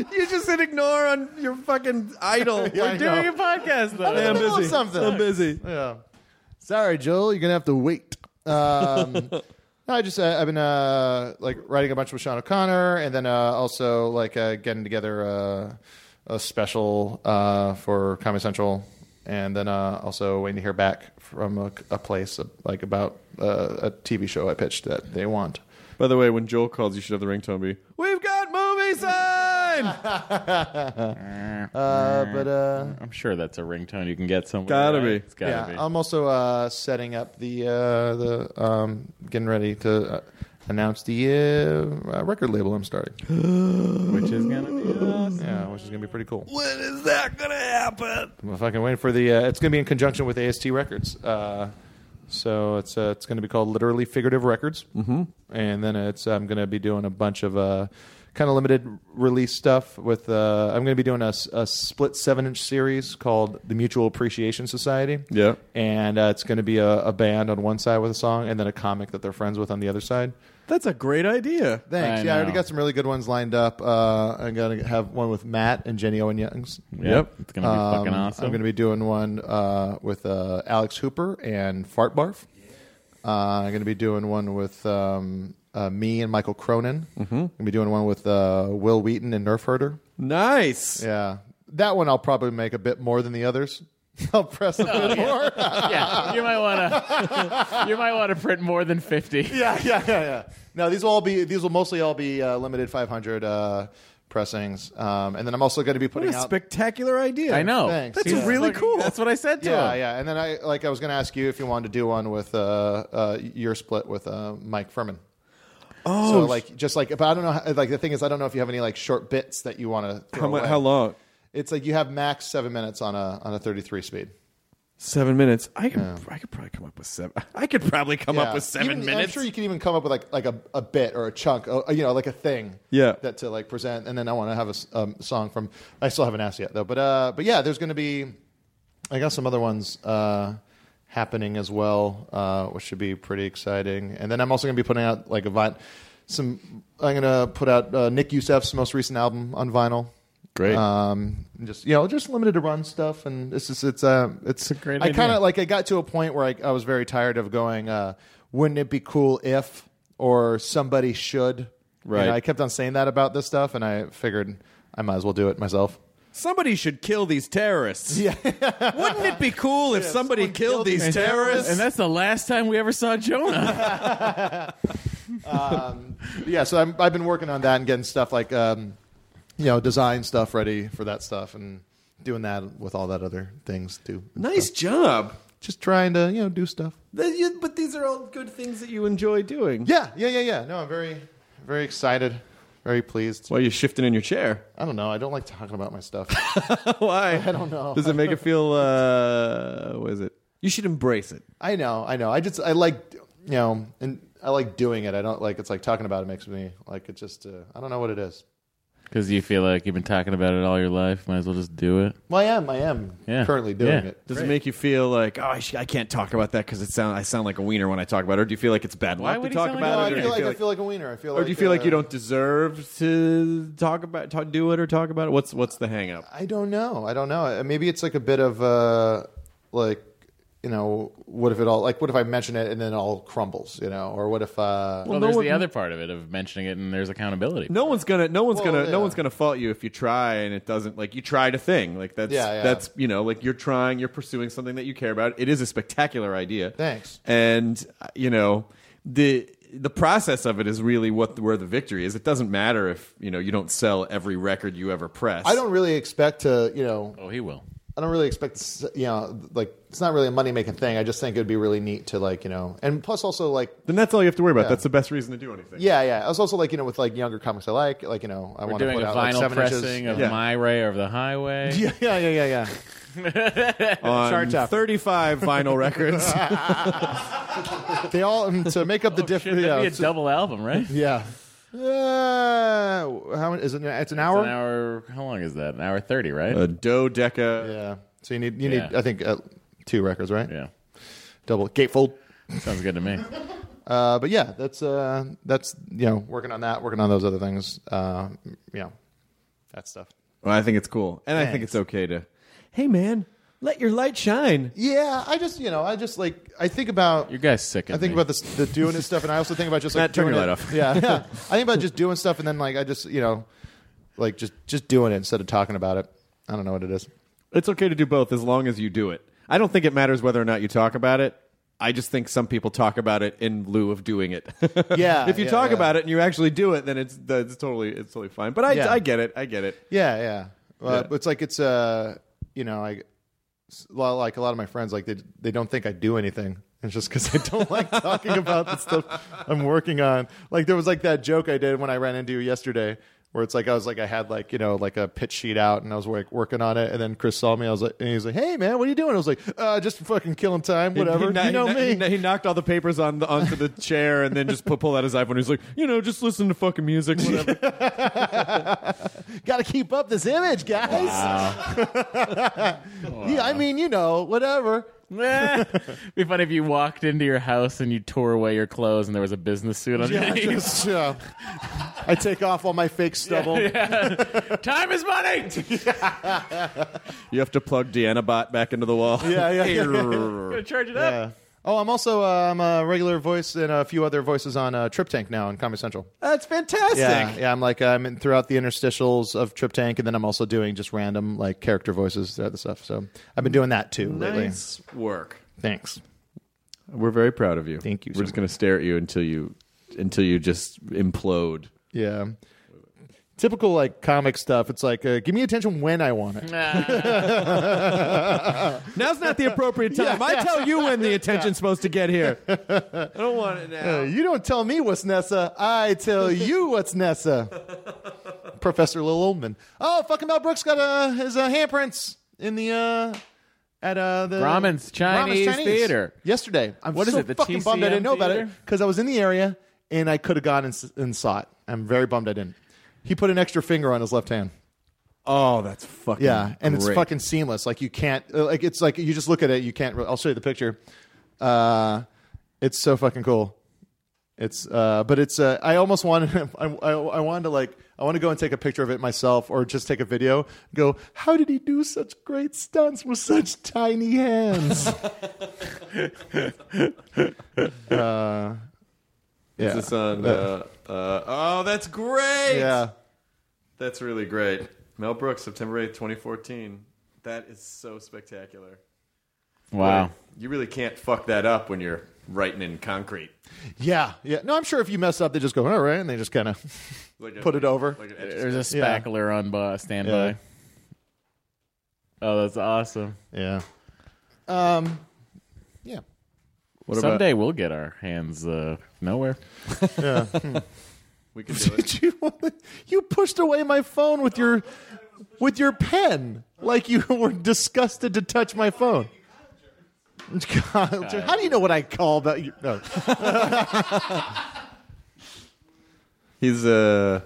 Speaker 1: just you just hit ignore on your fucking idol.
Speaker 6: [laughs] Yeah, I
Speaker 3: We're doing
Speaker 6: know.
Speaker 3: a podcast though.
Speaker 6: I'm in the middle
Speaker 1: busy.
Speaker 6: of something.
Speaker 1: I'm busy.
Speaker 6: Yeah. Sorry, Joel. You're gonna have to wait. Um, [laughs] no, I just uh, I've been uh, like writing a bunch with Sean O'Connor, and then uh, also like uh, getting together uh, a special uh, for Comedy Central, and then uh, also waiting to hear back from a, a place uh, like about uh, a TV show I pitched that they want.
Speaker 1: By the way, when Joel calls, you should have the ringtone be "We've got movie
Speaker 6: [laughs]
Speaker 1: sign."
Speaker 6: Uh, but uh,
Speaker 3: I'm sure that's a ringtone you can get somewhere.
Speaker 1: Gotta
Speaker 3: right?
Speaker 1: be.
Speaker 3: It's gotta
Speaker 6: yeah,
Speaker 3: be.
Speaker 6: I'm also uh, setting up the uh, the um, getting ready to uh, announce the uh, uh, record label I'm starting. [gasps]
Speaker 3: Which is gonna be awesome.
Speaker 6: Yeah, which is gonna be pretty cool.
Speaker 1: when is that gonna happen?
Speaker 6: I'm fucking waiting for the. Uh, it's gonna be in conjunction with AST Records. Uh, so it's uh, it's gonna be called Literally Figurative Records, mm-hmm. and then it's I'm gonna be doing a bunch of uh, kind of limited release stuff. With uh, I'm gonna be doing a, s- a split seven inch series called the Mutual Appreciation Society.
Speaker 1: Yeah.
Speaker 6: and uh, it's gonna be a, a band on one side with a song, and then a comic that they're friends with on the other side.
Speaker 1: That's a great idea.
Speaker 6: Thanks.
Speaker 3: I
Speaker 6: yeah, I already
Speaker 3: know.
Speaker 6: got some really good ones lined up. Uh, I'm gonna have one with Matt and Jenny Owen Youngs.
Speaker 3: Yep. It's gonna be
Speaker 6: Um,
Speaker 3: fucking awesome.
Speaker 6: I'm going to be doing one uh, with uh, Alex Hooper and Fart Barf. Uh, I'm going to be doing one with um, uh, me and Michael Cronin. I'm going to be doing one with uh, Will Wheaton and Nerf Herder.
Speaker 1: Nice.
Speaker 6: Yeah. That one I'll probably make a bit more than the others. [laughs] I'll press a bit more.
Speaker 3: [laughs] yeah, you might wanna [laughs] you might wanna print more than fifty.
Speaker 6: yeah, yeah, yeah, yeah. No, these will all be these will mostly all be uh, limited 500 uh, pressings, um, and then I'm also going to be
Speaker 1: What
Speaker 6: putting
Speaker 1: a
Speaker 6: out.
Speaker 1: spectacular idea.
Speaker 3: I know.
Speaker 6: Thanks.
Speaker 1: That's
Speaker 6: Yeah.
Speaker 1: really
Speaker 3: Fucking-
Speaker 1: cool.
Speaker 3: That's what I said to
Speaker 6: Yeah,
Speaker 3: him.
Speaker 6: yeah. And then I like I was going to ask you if you wanted to do one with uh, uh, your split with uh, Mike Furman. Oh, so like just like, but I don't know. How, like the thing is, I don't know if you have any like short bits that you want to.
Speaker 1: How, mu- how long?
Speaker 6: It's like you have max seven minutes on a on a thirty three speed.
Speaker 1: Seven minutes. I could. I could probably come up with seven. [laughs] I could probably come
Speaker 6: Yeah.
Speaker 1: up with seven
Speaker 6: Even- I'm
Speaker 1: minutes.
Speaker 6: sure you can even come up with like like a, a bit or a chunk, or, you know, like a thing.
Speaker 1: Yeah.
Speaker 6: That to like present, and then I want to have a s- um, song from. I still haven't asked yet though, but uh, but yeah, there's going to be, I guess some other ones uh, happening as well, uh, which should be pretty exciting. And then I'm also going to be putting out like a vinyl. Some I'm going to put out uh, Nick Youssef's most recent album on vinyl.
Speaker 1: Great.
Speaker 6: Um, just you know, just limited to run stuff, and it's just it's uh, it's a
Speaker 3: great
Speaker 6: I kind
Speaker 3: idea.
Speaker 6: of like I got to a point where I, I was very tired of going. Uh, Wouldn't it be cool if or somebody should? You
Speaker 1: Right.
Speaker 6: know, I kept on saying that about this stuff, and I figured I might as well do it myself.
Speaker 1: Somebody should kill these terrorists. Yeah. [laughs] Wouldn't it be cool if somebody killed,
Speaker 6: killed
Speaker 1: these
Speaker 6: these
Speaker 1: terrorists?
Speaker 3: And that's the last time we ever saw [laughs] Jonah.
Speaker 6: yeah, so I'm, I've been working on that and getting stuff like, um, you know, design stuff ready for that stuff and doing that with all that other things too.
Speaker 1: nice job.
Speaker 6: Just trying to you know do stuff.
Speaker 1: Th- you- But these are all good things that you enjoy doing.
Speaker 6: Yeah, yeah, yeah, yeah. No, I'm very, very excited, very pleased.
Speaker 1: While you're shifting in your chair.
Speaker 6: I don't know. I don't like talking about my stuff.
Speaker 1: [laughs]
Speaker 6: [laughs]
Speaker 1: Why?
Speaker 6: I don't know.
Speaker 1: Does it make it feel, uh, what is it? You should embrace it.
Speaker 6: I know, I know. I just I like you know, and I like doing it. I don't like it's like talking about it makes me like it just uh, I don't know what it is.
Speaker 3: Because you feel like you've been talking about it all your life, might as well just do it.
Speaker 6: Well, I am. I am
Speaker 3: Yeah.
Speaker 6: currently doing
Speaker 3: Yeah.
Speaker 6: it.
Speaker 1: Does
Speaker 3: Great.
Speaker 1: it make you feel like oh I, sh- I can't talk about that because it sound I sound like a wiener when I talk about it? Or do you feel like it's bad luck
Speaker 6: would
Speaker 1: to
Speaker 6: he
Speaker 1: talk
Speaker 6: sound like
Speaker 1: about
Speaker 6: a
Speaker 1: it? or
Speaker 6: wiener?
Speaker 1: do you
Speaker 6: I feel like- I feel like a wiener. I feel
Speaker 1: or do you
Speaker 6: like,
Speaker 1: feel like
Speaker 6: uh,
Speaker 1: you don't deserve to talk about talk, do it or talk about it? What's what's the hang up?
Speaker 6: I don't know. I don't know. Uh, Maybe it's like a bit of uh, like you know, what if it all like what if I mention it and then it all crumbles, you know, or what if uh,
Speaker 3: Well, there's the other part of it of mentioning it, and there's accountability.
Speaker 1: No one's gonna no one's
Speaker 6: Well,
Speaker 1: gonna
Speaker 6: yeah.
Speaker 1: no one's gonna fault you if you try and it doesn't like you tried a thing like that's
Speaker 6: Yeah, yeah.
Speaker 1: that's you know like you're trying you're pursuing something that you care about. It is a spectacular idea.
Speaker 6: Thanks.
Speaker 1: And uh, you know the. The process of it is really what where the victory is. It doesn't matter if you know you don't sell every record you ever press.
Speaker 6: I don't really expect to, you know.
Speaker 3: Oh, he will.
Speaker 6: I don't really expect, s- you know, like it's not really a money making thing. I just think it'd be really neat to like, you know, and plus also like,
Speaker 1: Then that's all you have to worry about.
Speaker 6: Yeah.
Speaker 1: That's the best reason to do anything.
Speaker 6: yeah, yeah. I was also like, you know, with like younger comics I like, like you know, I
Speaker 3: We're
Speaker 6: want to
Speaker 3: doing
Speaker 6: put
Speaker 3: a
Speaker 6: out like
Speaker 3: vinyl
Speaker 6: seven
Speaker 3: pressing
Speaker 6: inches.
Speaker 3: of
Speaker 1: Yeah.
Speaker 3: My Ray Over the Highway.
Speaker 6: [laughs] yeah, yeah, yeah, yeah, yeah.
Speaker 1: On
Speaker 6: Chart topper.
Speaker 1: 35 vinyl
Speaker 6: [laughs]
Speaker 1: records.
Speaker 6: They all um, to make
Speaker 3: [laughs]
Speaker 6: up the
Speaker 3: Oh, Shit,
Speaker 6: difference.
Speaker 3: that'd
Speaker 6: Yeah,
Speaker 3: be a double album, right?
Speaker 6: yeah. Uh, how many- is it? It's an hour. Uh,
Speaker 3: It's an hour. How long is that? An hour thirty, right?
Speaker 1: a dodeca.
Speaker 6: Yeah. So you need you need
Speaker 3: Yeah.
Speaker 6: I think uh, two records, right?
Speaker 3: yeah,
Speaker 6: Double gatefold.
Speaker 3: sounds good to me.
Speaker 6: Uh, but yeah, that's uh, that's you know working on that, working on those other things. Uh, you know, that stuff.
Speaker 1: Well, I think it's cool. And I think
Speaker 6: Thanks.
Speaker 1: it's okay to, hey, man, let your light shine.
Speaker 6: Yeah, I just you know I just like I think about
Speaker 3: Your guy's sick.
Speaker 6: I think about this, the doing and stuff, and I also think about just like
Speaker 1: Matt, turn
Speaker 6: doing
Speaker 1: your light
Speaker 6: it-
Speaker 1: off.
Speaker 6: [laughs] Yeah,
Speaker 1: [laughs]
Speaker 6: yeah. I think about just doing stuff, and then like I just you know, like just just doing it instead of talking about it. I don't know what it is.
Speaker 1: It's okay to do both as long as you do it. I don't think it matters whether or not you talk about it. I just think some people talk about it in lieu of doing it. [laughs]
Speaker 6: Yeah,
Speaker 1: if you
Speaker 6: yeah,
Speaker 1: talk
Speaker 6: yeah.
Speaker 1: about it and you actually do it, then it's that's totally it's totally fine. But I,
Speaker 6: Yeah.
Speaker 1: I get it. I get it.
Speaker 6: Yeah, yeah. Uh,
Speaker 1: Yeah.
Speaker 6: But it's like it's uh you know I s- a lot- like a lot of my friends like they they don't think I do anything. It's just because I don't [laughs] like talking about the stuff I'm working on. Like there was like that joke I did when I ran into you yesterday. Where it's like I was like I had like you know like a pitch sheet out and I was like working on it and then Chris saw me I was like and he was like hey man what are you doing I was like uh, just fucking killing [laughs] time whatever
Speaker 1: He, kno-
Speaker 6: you know
Speaker 1: he, kno-
Speaker 6: me
Speaker 1: He, kno- he knocked all the papers on the, onto the [laughs] chair and then just pu- pulled out his iPhone. He's like, you know, just listen to fucking [laughs] music, whatever.
Speaker 6: Got to keep up this image, guys. [laughs] yeah, I mean, you know, whatever.
Speaker 3: It'd [laughs] be funny if you walked into your house and you tore away your clothes and there was a business suit
Speaker 6: Yeah,
Speaker 1: [laughs]
Speaker 6: I
Speaker 3: [laughs] underneath.
Speaker 6: just, uh, I take off all my fake stubble.
Speaker 3: Time is
Speaker 6: [laughs]
Speaker 3: money.
Speaker 1: You have to plug Deannabot back into the wall.
Speaker 6: Yeah, yeah,
Speaker 1: [laughs]
Speaker 6: yeah.
Speaker 3: Gonna charge it
Speaker 6: Yeah.
Speaker 3: up.
Speaker 6: Oh, I'm also uh, I'm a regular voice and a few other voices on uh, Trip Tank now on Comedy Central.
Speaker 1: That's fantastic.
Speaker 6: Yeah, yeah. I'm like I'm in throughout the interstitials of Trip Tank, and then I'm also doing just random like character voices throughout the stuff. So I've been doing that too lately.
Speaker 1: Nice work.
Speaker 6: Thanks.
Speaker 1: We're very proud of you.
Speaker 6: Thank you
Speaker 1: We're
Speaker 6: so
Speaker 1: just going to stare at you until you until you just implode.
Speaker 6: Yeah. Typical like comic stuff. It's like uh, give me attention when I want it.
Speaker 1: Now's not the appropriate time. I tell you when the attention's supposed to get here. I don't want it now.
Speaker 6: Uh, you don't tell me what's Nessa. I tell you what's Nessa. Professor Lil Oldman. Oh, fucking Mel Brooks got uh, his uh, handprints in the uh, at uh, the
Speaker 3: Grauman's Chinese Theater.
Speaker 6: yesterday. I'm
Speaker 3: What is
Speaker 6: so
Speaker 3: it, the
Speaker 6: fucking bummed I
Speaker 3: TCM
Speaker 6: didn't know about
Speaker 3: theater?
Speaker 6: it because I was in the area and I could have gone and, s- and saw it. I'm very bummed I didn't. He put an extra finger on his left hand.
Speaker 1: Oh, that's fucking
Speaker 6: Yeah, and it's
Speaker 1: great.
Speaker 6: fucking seamless. Like you can't. uh, Like it's like you just look at it. You can't. Really, I'll show you the picture. Uh, it's so fucking cool. It's. Uh, but it's. Uh, I almost wanted. [laughs] I, I, I wanted to like. I want to go and take a picture of it myself, or just take a video. Go. How did he do such great stunts with such tiny hands? uh, yeah.
Speaker 1: Is this on, uh, uh, oh, that's great.
Speaker 6: yeah.
Speaker 1: That's really great. Mel Brooks, September 8th, 2014. That is so spectacular.
Speaker 3: Wow.
Speaker 1: You really can't fuck that up when you're writing in concrete.
Speaker 6: Yeah. Yeah. No, I'm sure if you mess up, they just go all right, and they just kind of.
Speaker 1: Like a-
Speaker 6: [laughs] Put it over.
Speaker 1: like an etch-
Speaker 3: There's a
Speaker 6: Yeah.
Speaker 3: spackler on by, standby.
Speaker 6: Yeah.
Speaker 3: Oh, that's awesome.
Speaker 6: Yeah. Um. Yeah.
Speaker 1: what about-
Speaker 3: Someday we'll get our hands uh, nowhere.
Speaker 1: we can do it.
Speaker 6: Did you you pushed away my phone with your with your pen like you were disgusted to touch my phone. Kyle Jer- [laughs] How do you know what I call about you? No. [laughs]
Speaker 1: He's uh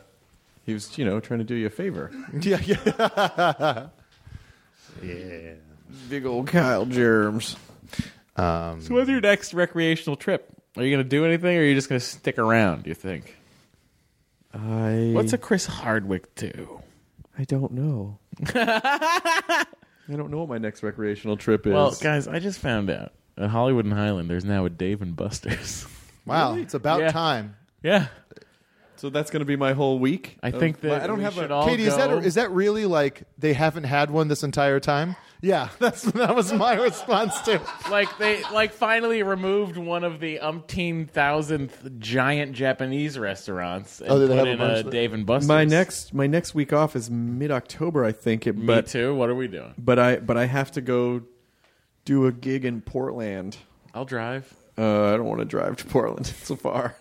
Speaker 1: He was, you know, trying to do you a favor.
Speaker 6: yeah, yeah.
Speaker 1: yeah. Big old Kyle Germs.
Speaker 6: Um,
Speaker 3: So what's your next recreational trip? Are you going to do anything, or are you just going to stick around? Do you think?
Speaker 1: I
Speaker 3: What's a Chris Hardwick do?
Speaker 1: I don't know. I don't know what my next recreational trip is.
Speaker 3: Well, guys, I just found out at Hollywood and Highland there's now a Dave and Buster's.
Speaker 6: Wow, it's about
Speaker 3: Yeah.
Speaker 6: time.
Speaker 3: [laughs] Yeah.
Speaker 1: So that's going to be my whole week.
Speaker 3: I think that
Speaker 1: I don't
Speaker 3: we
Speaker 1: have
Speaker 3: should
Speaker 1: a.
Speaker 3: all
Speaker 6: Katie, is that
Speaker 3: go.
Speaker 6: is that really like they haven't had one this entire time? Yeah, [laughs] that's that was my response too.
Speaker 3: like they like finally removed one of the umpteen thousandth giant Japanese restaurants and
Speaker 6: Oh, do they
Speaker 3: put
Speaker 6: have a
Speaker 3: in
Speaker 6: bunch
Speaker 3: a,
Speaker 6: of that?
Speaker 3: Dave and Buster's.
Speaker 1: My next my next week off is mid October, I think. It,
Speaker 3: Me
Speaker 1: but
Speaker 3: too. What are we doing?
Speaker 1: but I but I have to go do a gig in Portland.
Speaker 3: I'll drive.
Speaker 1: Uh, I don't want to drive to [laughs] Portland so far.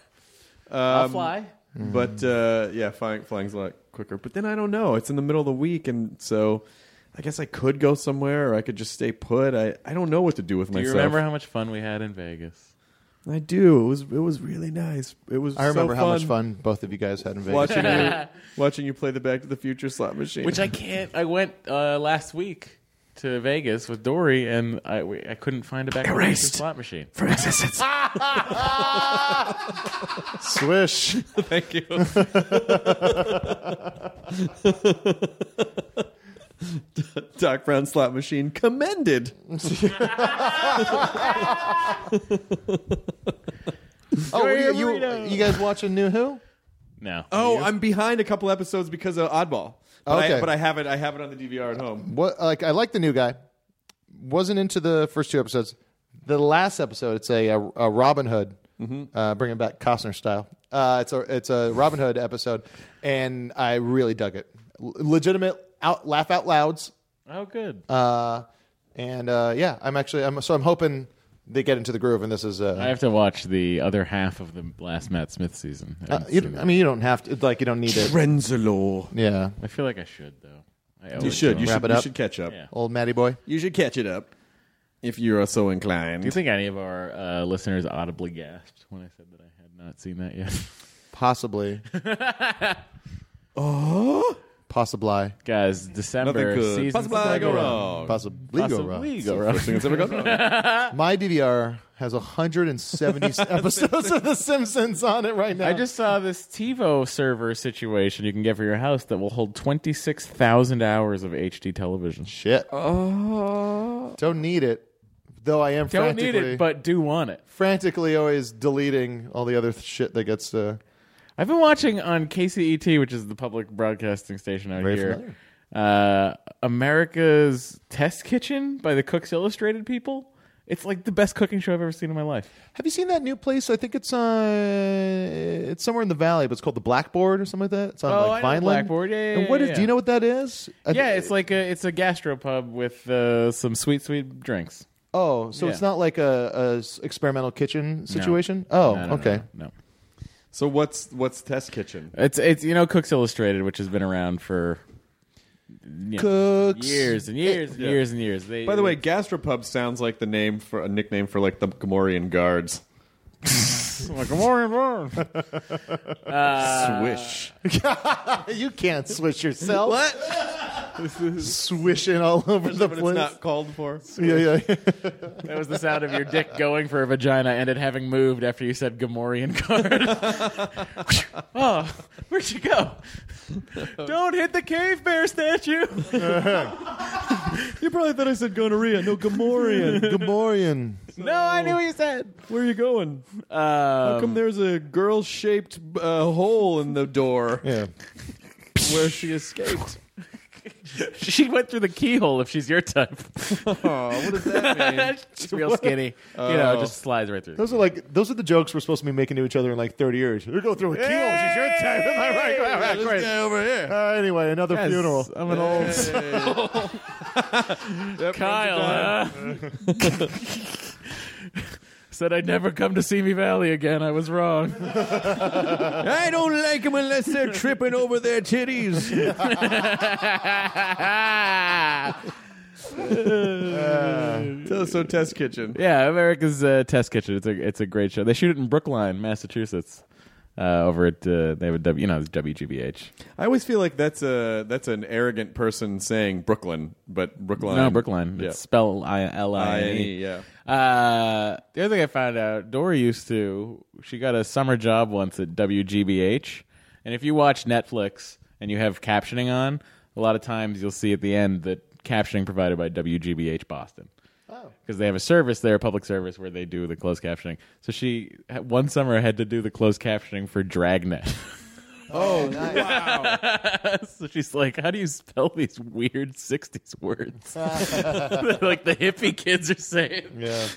Speaker 3: I'll
Speaker 1: Um,
Speaker 3: fly.
Speaker 1: But uh, yeah, flying flying's a lot quicker. But then I don't know. It's in the middle of the week, and so I guess I could go somewhere, or I could just stay put. I, I don't know what to do with
Speaker 3: Do you
Speaker 1: myself.
Speaker 3: remember how much fun we had in Vegas?
Speaker 1: I do. It was it was really nice. It was.
Speaker 6: I
Speaker 1: so
Speaker 6: remember how much
Speaker 1: fun
Speaker 6: fun both of you guys had in Vegas.
Speaker 1: watching you
Speaker 3: [laughs]
Speaker 1: watching you play the Back to the Future slot machine.
Speaker 3: Which
Speaker 1: [laughs]
Speaker 3: I can't. I went uh, last week to Vegas with Dory, and I we, I couldn't find a back
Speaker 1: Erased.
Speaker 3: slot machine.
Speaker 1: for existence.
Speaker 6: [laughs] Swish.
Speaker 1: [laughs] [laughs] Thank you. Doc Brown slot machine commended.
Speaker 6: oh, were you, you,
Speaker 3: burrito.
Speaker 6: you guys watching New Who?
Speaker 3: No.
Speaker 1: [laughs] Oh, I'm behind a couple episodes because of Oddball. But I,
Speaker 6: Okay.
Speaker 1: but I have it. I have it on the DVR at home.
Speaker 6: What like I like the new guy. Wasn't into the first two episodes. The last episode, it's a, a, a Robin Hood,
Speaker 3: Mm-hmm.
Speaker 6: uh, bringing back Costner style. Uh, it's a it's a Robin Hood episode, and I really dug it. L- legitimate out laugh out louds.
Speaker 3: Oh, good.
Speaker 6: Uh, and uh, yeah, I'm actually I'm so I'm hoping they get into the groove. And this is uh,
Speaker 3: I have to watch the other half of the last Matt Smith season. I,
Speaker 6: uh,
Speaker 3: haven't
Speaker 6: you,
Speaker 3: seen
Speaker 6: don't-
Speaker 3: it.
Speaker 6: I mean you don't have to like you don't need
Speaker 3: [laughs]
Speaker 6: it.
Speaker 1: Trenzalore.
Speaker 6: Yeah,
Speaker 3: I feel like I should though. I owe
Speaker 1: You
Speaker 3: it
Speaker 1: should.
Speaker 3: to
Speaker 1: You
Speaker 6: Wrap
Speaker 3: him.
Speaker 1: should.
Speaker 6: it
Speaker 1: You
Speaker 6: up.
Speaker 1: should catch up.
Speaker 3: Yeah.
Speaker 6: old Matty boy.
Speaker 1: You should catch it up if you are so inclined.
Speaker 3: Do you think any of our uh, listeners audibly gasped when I said that I had not seen that yet? [laughs]
Speaker 6: Possibly.
Speaker 1: Oh,
Speaker 6: Possibly.
Speaker 3: Guys, December season
Speaker 1: Possibly go
Speaker 3: seven.
Speaker 1: wrong.
Speaker 6: Possibly. go wrong.
Speaker 3: Possibly go wrong.
Speaker 1: First thing that's ever gone wrong.
Speaker 6: My DVR has
Speaker 3: [laughs]
Speaker 6: 170 episodes of The Simpsons on it right now.
Speaker 3: I just saw this TiVo server situation you can get for your house that will hold 26,000 hours of HD television.
Speaker 6: shit. Don't need it, though. I am
Speaker 3: Oh. Don't
Speaker 6: frantically,
Speaker 3: need it, but do want it.
Speaker 6: frantically always deleting all the other th- shit that gets. Uh,
Speaker 3: I've been watching on KCET, which is the public broadcasting station out
Speaker 6: Very
Speaker 3: here, uh, America's Test Kitchen by the Cooks Illustrated people. It's like the best cooking show I've ever seen in my life.
Speaker 6: have you seen that new place? I think it's uh, it's somewhere in the valley, but it's called the Blackboard or something like that. It's on
Speaker 3: Oh,
Speaker 6: like
Speaker 3: I know
Speaker 6: Vineland.
Speaker 3: Blackboard. Yeah, yeah,
Speaker 6: and what
Speaker 3: yeah,
Speaker 6: is-
Speaker 3: yeah.
Speaker 6: Do you know what that is? I
Speaker 3: Yeah,
Speaker 6: thi-
Speaker 3: it's like a it's a gastropub with uh, some sweet sweet drinks.
Speaker 6: oh, so it's
Speaker 3: yeah.
Speaker 6: not like a, a s- experimental kitchen situation. Oh,
Speaker 3: No, no, no,
Speaker 6: okay.
Speaker 3: no, no.
Speaker 1: So what's what's Test Kitchen?
Speaker 3: It's it's you know Cooks Illustrated, which has been around for you know,
Speaker 6: Cooks.
Speaker 3: years and years and years and years. They,
Speaker 1: By the way, gastropub sounds like the name for a nickname for like the Gamorrean guards. [laughs]
Speaker 3: like, "Morning, morning." [laughs] Uh,
Speaker 1: Swish.
Speaker 6: [laughs] You can't swish yourself. what? [laughs] Swishing all over the
Speaker 1: But
Speaker 6: place.
Speaker 1: it's not called for.
Speaker 6: yeah, yeah.
Speaker 3: that was the sound of your dick going for a vagina and it having moved after you said Gamorrean card.
Speaker 1: [laughs]
Speaker 3: [laughs] oh, where'd you go? Don't hit the cave bear statue.
Speaker 1: [laughs] You probably thought I said gonorrhea. No,
Speaker 6: [laughs]
Speaker 1: Gamorrean.
Speaker 6: Gamorrean.
Speaker 3: no, I knew what you said.
Speaker 1: Where are you going? How come
Speaker 3: Um,
Speaker 1: there's a girl shaped uh, hole in the door
Speaker 6: Yeah.
Speaker 1: where she escaped?
Speaker 3: [laughs] she went through the keyhole. If she's your type,
Speaker 1: Oh, what does [laughs] that mean?
Speaker 3: [laughs] she's real skinny. You know,
Speaker 1: Oh.
Speaker 3: just slides right through.
Speaker 6: Those are like those are the jokes we're supposed to be making to each other in like 30 years. You're going through a keyhole. She's your type. Am I right? Am I right? Great.
Speaker 1: over here.
Speaker 6: Uh, anyway, another
Speaker 3: Yes,
Speaker 6: funeral.
Speaker 1: Oh,
Speaker 3: I'm an old [laughs] Kyle. huh? [laughs] Said I'd never come to Simi Valley again. I was wrong. [laughs]
Speaker 1: I don't like them unless they're tripping over their
Speaker 3: [laughs]
Speaker 1: titties. so, Test Kitchen.
Speaker 3: yeah, America's uh, Test Kitchen. It's a it's a great show. They shoot it in Brookline, Massachusetts. uh, over at uh, they have a W, you know, it's WGBH.
Speaker 1: I always feel like that's a that's an arrogant person saying Brooklyn, but Brooklyn.
Speaker 3: No, Brookline.
Speaker 1: Yeah.
Speaker 3: It's spelled I L I N
Speaker 1: I-N-E,
Speaker 3: E.
Speaker 1: yeah.
Speaker 3: Uh, the other thing I found out, Dora used to. She got a summer job once at WGBH, and if you watch Netflix and you have captioning on, a lot of times you'll see at the end that captioning provided by WGBH Boston.
Speaker 6: Oh.
Speaker 3: Because they have a service there, a public service where they do the closed captioning. So she one summer had to do the closed captioning for Dragnet. [laughs]
Speaker 6: Oh, nice.
Speaker 3: Wow. [laughs] so she's like, how do you spell these weird 60s words? [laughs] that, like the hippie kids are saying.
Speaker 6: Yeah.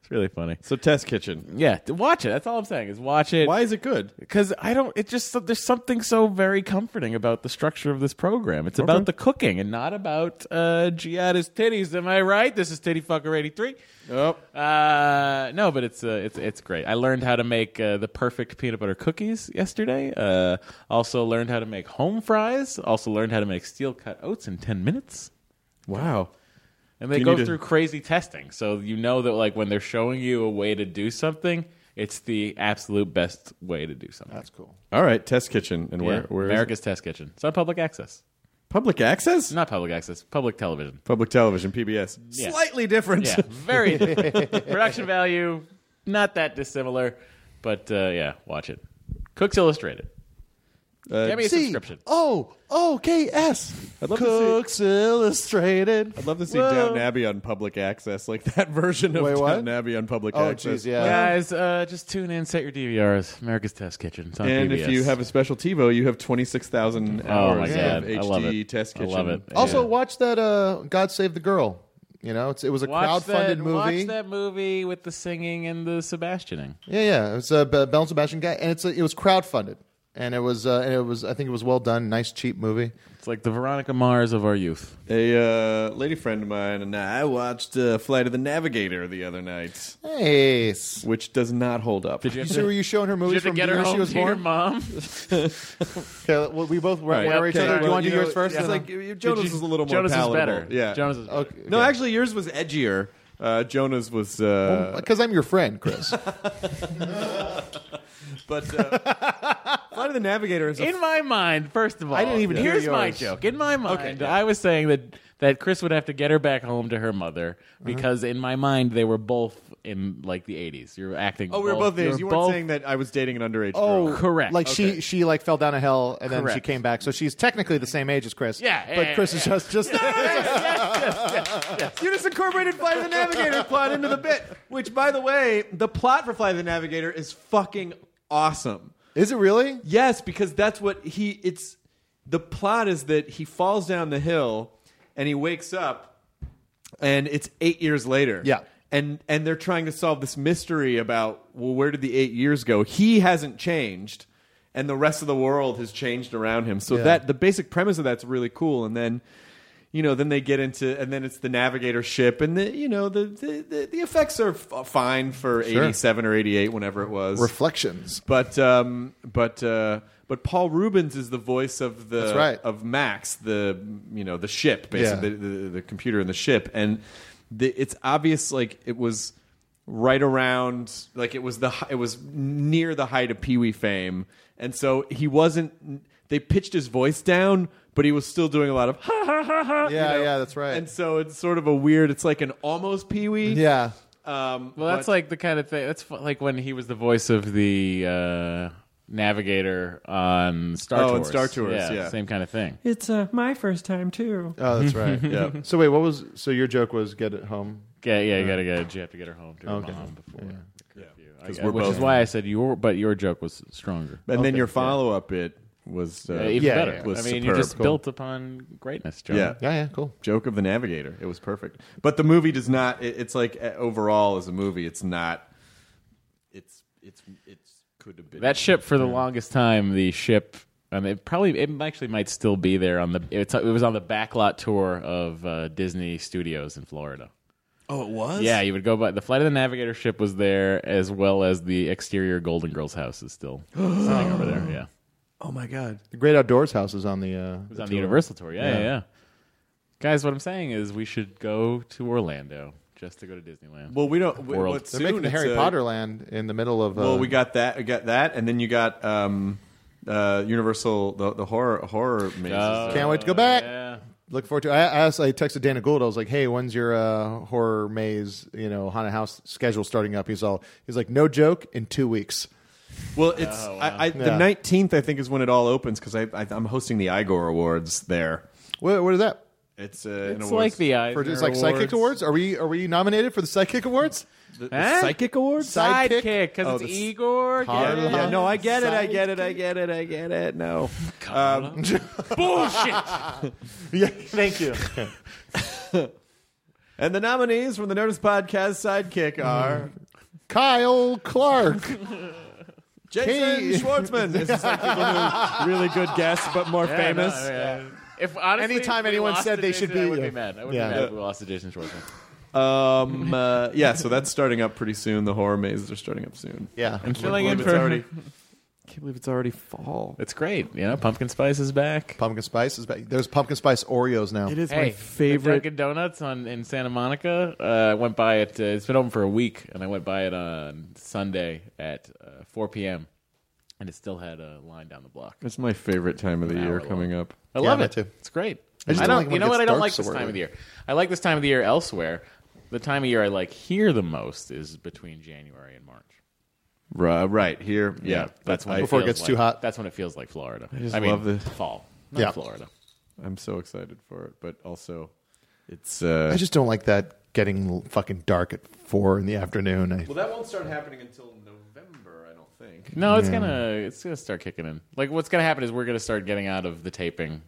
Speaker 3: It's really funny.
Speaker 1: So Test Kitchen.
Speaker 3: Yeah, to watch it. That's all I'm saying is watch it.
Speaker 1: Why is it good?
Speaker 3: Because I don't. It just there's something so very comforting about the structure of this program. It's about the cooking and not about uh, Giada's titties. Am I right? This is Titty Fucker eighty three.
Speaker 1: Yep.
Speaker 3: Uh, no, but it's uh, it's it's great. I learned how to make uh, the perfect peanut butter cookies yesterday. Uh, also learned how to make home fries. Also learned how to make steel cut oats in ten minutes.
Speaker 1: Wow.
Speaker 3: And they
Speaker 1: Do you
Speaker 3: go
Speaker 1: need to-
Speaker 3: through crazy testing, so you know that like when they're showing you a way to do something, it's the absolute best way to do something.
Speaker 6: That's cool.
Speaker 1: All right, Test Kitchen, and
Speaker 3: Yeah.
Speaker 1: where where is it?
Speaker 3: America's Test Kitchen. It's on public access.
Speaker 1: public access?
Speaker 3: Not public access. Public television.
Speaker 1: Public television, PBS.
Speaker 3: Yeah.
Speaker 1: Slightly different. [laughs]
Speaker 3: Yeah, very [laughs] different. production value. Not that dissimilar, but uh, yeah, watch it. Cooks Illustrated.
Speaker 1: Uh, Oh,
Speaker 3: Get me a
Speaker 6: C
Speaker 3: subscription.
Speaker 6: O oh, O K S.
Speaker 1: I'd love to see-
Speaker 6: Cooks Illustrated.
Speaker 1: I'd love to see
Speaker 6: Whoa.
Speaker 1: Downton Abbey on public access, like that version of
Speaker 6: Wait, what?
Speaker 1: Downton Abbey on public
Speaker 6: Oh,
Speaker 1: access.
Speaker 6: jeez, yeah.
Speaker 3: Guys, uh, just tune in. Set your DVRs. America's Test Kitchen. It's on
Speaker 1: And
Speaker 3: PBS.
Speaker 1: if you have a special TiVo, you have twenty six thousand
Speaker 3: oh
Speaker 1: hours
Speaker 3: my
Speaker 1: of
Speaker 3: god,
Speaker 1: HD
Speaker 3: I love it.
Speaker 1: Test
Speaker 3: I
Speaker 1: Kitchen.
Speaker 3: love it.
Speaker 6: Also,
Speaker 3: Yeah.
Speaker 6: watch that uh, God Save the Girl. You know, it's, it was a
Speaker 3: Watch
Speaker 6: crowdfunded
Speaker 3: that,
Speaker 6: movie.
Speaker 3: Watch that movie with the singing and the Sebastianing.
Speaker 6: Yeah, yeah. It was a Be- Bell and Sebastian guy, and it's a, it was crowdfunded, and it was uh, and it was I think it was well done, nice cheap movie.
Speaker 3: It's like the Veronica Mars of our youth.
Speaker 1: A uh, lady friend of mine and I watched uh, Flight of the Navigator the other night,
Speaker 6: Nice.
Speaker 1: which does not hold up. [laughs]
Speaker 3: Did you, have
Speaker 6: So were you showing her
Speaker 3: did you
Speaker 6: movies
Speaker 3: have to
Speaker 6: from
Speaker 3: get
Speaker 6: the
Speaker 3: her
Speaker 6: year
Speaker 3: home
Speaker 6: she was
Speaker 3: to your
Speaker 6: born?
Speaker 3: mom?
Speaker 6: Okay, well, we both were
Speaker 1: Right.
Speaker 6: were each
Speaker 1: Okay.
Speaker 6: other. Do you
Speaker 1: Well,
Speaker 6: want to do
Speaker 1: you know,
Speaker 6: yours first?
Speaker 1: It's
Speaker 6: and
Speaker 1: like
Speaker 6: then-
Speaker 1: Jonas
Speaker 3: Did you-
Speaker 1: is a little more
Speaker 3: Jonas
Speaker 1: palatable.
Speaker 3: is better.
Speaker 1: Yeah,
Speaker 3: Jonas is better.
Speaker 6: Okay.
Speaker 1: No, actually, yours was edgier. Uh, Jonah's was, uh,
Speaker 6: [laughs] because I'm your friend, Chris.
Speaker 1: [laughs] but uh,
Speaker 6: [laughs]
Speaker 1: Flight of the Navigator is a
Speaker 3: In my mind, first of all,
Speaker 6: I didn't even hear
Speaker 3: here's my
Speaker 6: yours.
Speaker 3: joke. In my mind, I was saying that that Chris would have to get her back home to her mother because in my mind they were both in like the 80s. You're acting.
Speaker 1: Oh, we were both
Speaker 3: you
Speaker 1: days. You weren't saying that I was dating an underage
Speaker 6: Oh,
Speaker 1: girl.
Speaker 3: correct.
Speaker 6: Like she
Speaker 1: Okay.
Speaker 6: she like fell down a hill and then she
Speaker 3: Correct.
Speaker 6: came back, so she's technically the same age as Chris.
Speaker 3: Yeah,
Speaker 6: but
Speaker 3: yeah,
Speaker 6: Chris
Speaker 3: yeah,
Speaker 6: is just
Speaker 3: [laughs]
Speaker 6: just.
Speaker 1: You just incorporated Flight of the Navigator plot into the bit, which, by the way, the plot for Flight of the Navigator is fucking awesome.
Speaker 6: is it really?
Speaker 1: Yes, because that's what he. It's the plot is that he falls down the hill and he wakes up, and it's eight years later.
Speaker 6: Yeah.
Speaker 1: and and they're trying to solve this mystery about well, where did the eight years go? He hasn't changed, and the rest of the world has changed around him. So
Speaker 6: Yeah.
Speaker 1: that the basic premise of that's really cool, and then. You know, then they get into, and then it's the navigator ship, and the you know the the, the, the effects are f- fine for
Speaker 6: Sure.
Speaker 1: eighty seven or eighty eight, whenever it was.
Speaker 6: Reflections.
Speaker 1: But um, but uh, but Paul Rubens is the voice of the
Speaker 6: That's right.
Speaker 1: of Max, the you know the ship, basically
Speaker 6: Yeah.
Speaker 1: the, the, the computer and the ship, and the, it's obvious like it was right around like it was the hi- it was near the height of Pee Wee fame, and so he wasn't. They pitched his voice down, but he was still doing a lot of ha ha ha ha.
Speaker 6: Yeah,
Speaker 1: you know?
Speaker 6: yeah, that's right.
Speaker 1: And so it's sort of a weird. It's like an almost Pee Wee.
Speaker 6: Yeah.
Speaker 1: Um,
Speaker 3: Well, that's
Speaker 1: but-
Speaker 3: like the kind of thing. That's fu- like when he was the voice of the uh, navigator on Star
Speaker 1: Oh, on
Speaker 3: Tours.
Speaker 1: Star Tours, yeah.
Speaker 3: same kind of thing.
Speaker 8: It's uh, my first time too.
Speaker 6: Oh, that's [laughs] right.
Speaker 1: Yeah.
Speaker 6: So wait, what was? So your joke was get it home.
Speaker 3: Yeah, yeah, you gotta get. You have to get her home to her
Speaker 6: Okay.
Speaker 3: mom before. the curfew. I-
Speaker 1: 'Cause we're
Speaker 3: which is
Speaker 1: both-
Speaker 3: why I said your, but your joke was stronger.
Speaker 1: And then your follow up bit was uh,
Speaker 3: Uh, even
Speaker 6: Yeah,
Speaker 3: better.
Speaker 6: yeah.
Speaker 3: I mean,
Speaker 1: Was
Speaker 3: you
Speaker 1: superb.
Speaker 3: just
Speaker 1: Cool.
Speaker 3: built upon greatness, John.
Speaker 1: Yeah.
Speaker 6: Yeah, yeah, cool.
Speaker 1: joke of the navigator it was perfect but the movie does not it, it's like uh, overall as a movie it's not it's it's it's could have been
Speaker 3: That ship for the longest time, the ship. Um, it probably it actually might still be there on the. It's, it was on the backlot tour of uh, Disney Studios in Florida.
Speaker 8: Oh, it was.
Speaker 3: Yeah, you would go by the flight of the navigator ship was there as well as the exterior Golden Girls house is still sitting over there. Yeah, it
Speaker 8: Oh my god.
Speaker 6: The Great Outdoors House is on the. Uh,
Speaker 3: was on the
Speaker 6: tour.
Speaker 3: Universal tour. Yeah, yeah,
Speaker 6: Yeah.
Speaker 3: yeah. Guys, what I'm saying is we should go to Orlando just to go to Disneyland.
Speaker 1: Well, we don't.
Speaker 3: World.
Speaker 1: What's
Speaker 6: They're making
Speaker 1: soon,
Speaker 6: the
Speaker 1: it's
Speaker 6: Harry
Speaker 1: a-
Speaker 6: Potter land in the middle of. Uh,
Speaker 1: Well, we got that. We got that, and then you got um, uh, Universal the, the horror horror mazes.
Speaker 3: Oh.
Speaker 6: Can't wait to go back. Look forward to. I, I asked. I texted Dana Gould. I was like, "Hey, when's your uh, horror maze? You know, haunted house schedule starting up?" He's all. He's like, "No joke, in two weeks."
Speaker 1: Well, it's
Speaker 3: Oh,
Speaker 1: I, I, the
Speaker 6: Yeah.
Speaker 1: nineteenth. I think is when it all opens because I, I I'm hosting the Igor Awards there.
Speaker 6: What, what is that?
Speaker 1: It's uh, an
Speaker 3: It's
Speaker 1: awards
Speaker 3: like the
Speaker 6: For
Speaker 3: Eisner
Speaker 6: just like psychic awards? Are we are we nominated for the psychic awards?
Speaker 1: the,
Speaker 3: Huh?
Speaker 1: the psychic awards.
Speaker 6: Sidekick?
Speaker 3: Sidekick, because
Speaker 1: Oh,
Speaker 3: it's
Speaker 1: the s-
Speaker 3: Igor.
Speaker 6: Carl-
Speaker 3: Get it?
Speaker 1: Yeah, no, I get it. I get it. I get it. I get it. No. Um,
Speaker 6: yeah, thank you.
Speaker 1: and the nominees from the Notice Podcast Sidekick are [laughs]
Speaker 6: Kyle Clark.
Speaker 1: Jason
Speaker 6: Hey.
Speaker 1: Schwartzman. This is like people who [laughs] really good guests, but more
Speaker 3: Yeah, no,
Speaker 1: famous.
Speaker 3: yeah. [laughs] If honestly,
Speaker 6: Anytime
Speaker 3: if we
Speaker 6: anyone
Speaker 3: lost
Speaker 6: said
Speaker 3: to
Speaker 6: they
Speaker 3: Jason,
Speaker 6: should be-
Speaker 3: I would
Speaker 6: yeah.
Speaker 3: be mad. I would
Speaker 6: Yeah.
Speaker 3: be mad if we lost to Jason Schwartzman.
Speaker 1: Um, uh, yeah, so that's starting up pretty soon. The horror mazes are starting up soon.
Speaker 6: Yeah.
Speaker 3: I'm filling in
Speaker 1: believe
Speaker 3: for
Speaker 1: it's already. [laughs] Can't believe it's already fall.
Speaker 3: It's great. You know, pumpkin spice is back.
Speaker 6: Pumpkin spice is back. There's pumpkin spice Oreos now.
Speaker 1: It is
Speaker 3: hey,
Speaker 1: my
Speaker 3: the
Speaker 1: favorite.
Speaker 3: Dunkin' Donuts on in Santa Monica. Uh, I went by it. Uh, it's been open for a week, and I went by it on Sunday at uh, 4 p.m. And it still had a line down the block.
Speaker 1: It's my favorite time of the
Speaker 3: An
Speaker 1: year
Speaker 3: hour long.
Speaker 1: coming up.
Speaker 3: I
Speaker 6: Yeah,
Speaker 3: love
Speaker 6: me
Speaker 3: it
Speaker 6: too.
Speaker 3: It's great.
Speaker 6: I
Speaker 3: I,
Speaker 6: just
Speaker 3: don't.
Speaker 6: don't like when
Speaker 3: you
Speaker 6: it
Speaker 3: know what?
Speaker 6: gets
Speaker 3: I don't
Speaker 6: dark
Speaker 3: like
Speaker 6: so
Speaker 3: this time
Speaker 6: early.
Speaker 3: of the year. I like this time of the year elsewhere. The time of year I like here the most is between January and March.
Speaker 1: Right, right here. Yeah,
Speaker 3: that's when
Speaker 6: Before it
Speaker 3: feels
Speaker 6: gets too
Speaker 3: like-
Speaker 6: hot.
Speaker 3: That's when it feels like Florida. I,
Speaker 1: just
Speaker 3: mean,
Speaker 1: love the-
Speaker 3: fall. Not
Speaker 6: Yeah.
Speaker 3: Florida.
Speaker 1: I'm so excited for it, but also it's. Uh,
Speaker 6: I just don't like that getting l- fucking dark at four in the afternoon. I,
Speaker 1: well, that won't start happening until November, I don't think.
Speaker 3: No, it's gonna it's gonna start kicking in. Like what's gonna happen is we're gonna start getting out of the taping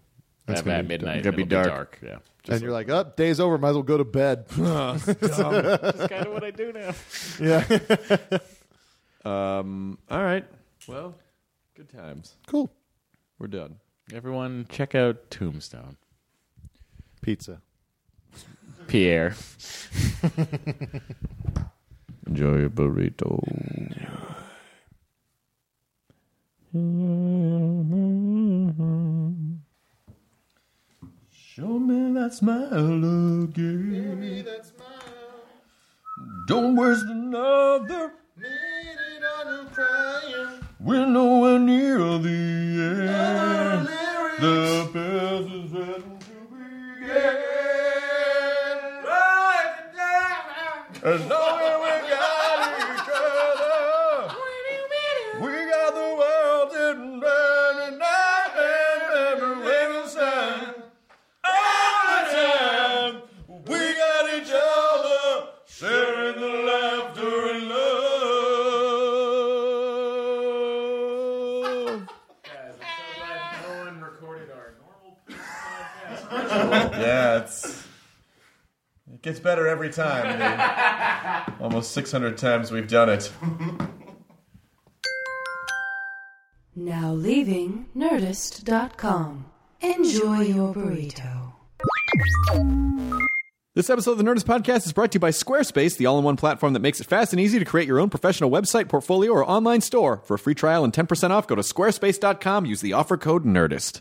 Speaker 3: at,
Speaker 6: gonna
Speaker 3: at
Speaker 6: be-
Speaker 3: midnight.
Speaker 1: it's gonna be
Speaker 3: It'll
Speaker 1: dark.
Speaker 3: Yeah,
Speaker 6: and you're like, oh, day's over. Might as well go to bed. [laughs]
Speaker 3: that's kind of what I do now.
Speaker 1: Um. All right. Well, good times.
Speaker 6: cool.
Speaker 1: We're done.
Speaker 3: Everyone, check out Tombstone.
Speaker 6: Pizza.
Speaker 3: Pierre,
Speaker 8: Enjoy your burrito. Show me that smile again. Don't waste another We're nowhere near the end. The past is waiting to begin. As long as we got each other, we got the world in burning night and every living sign. All the time, we got each other, sharing the laughter and love.
Speaker 1: Yeah, it's it gets better every time. The Almost 600 times we've done it.
Speaker 2: Now leaving Nerdist.com. Enjoy your burrito.
Speaker 1: This episode of the Nerdist Podcast is brought to you by Squarespace, the all in one platform that makes it fast and easy to create your own professional website, portfolio, or online store. For a free trial and 10% off, go to squarespace.com. Use the offer code NERDIST.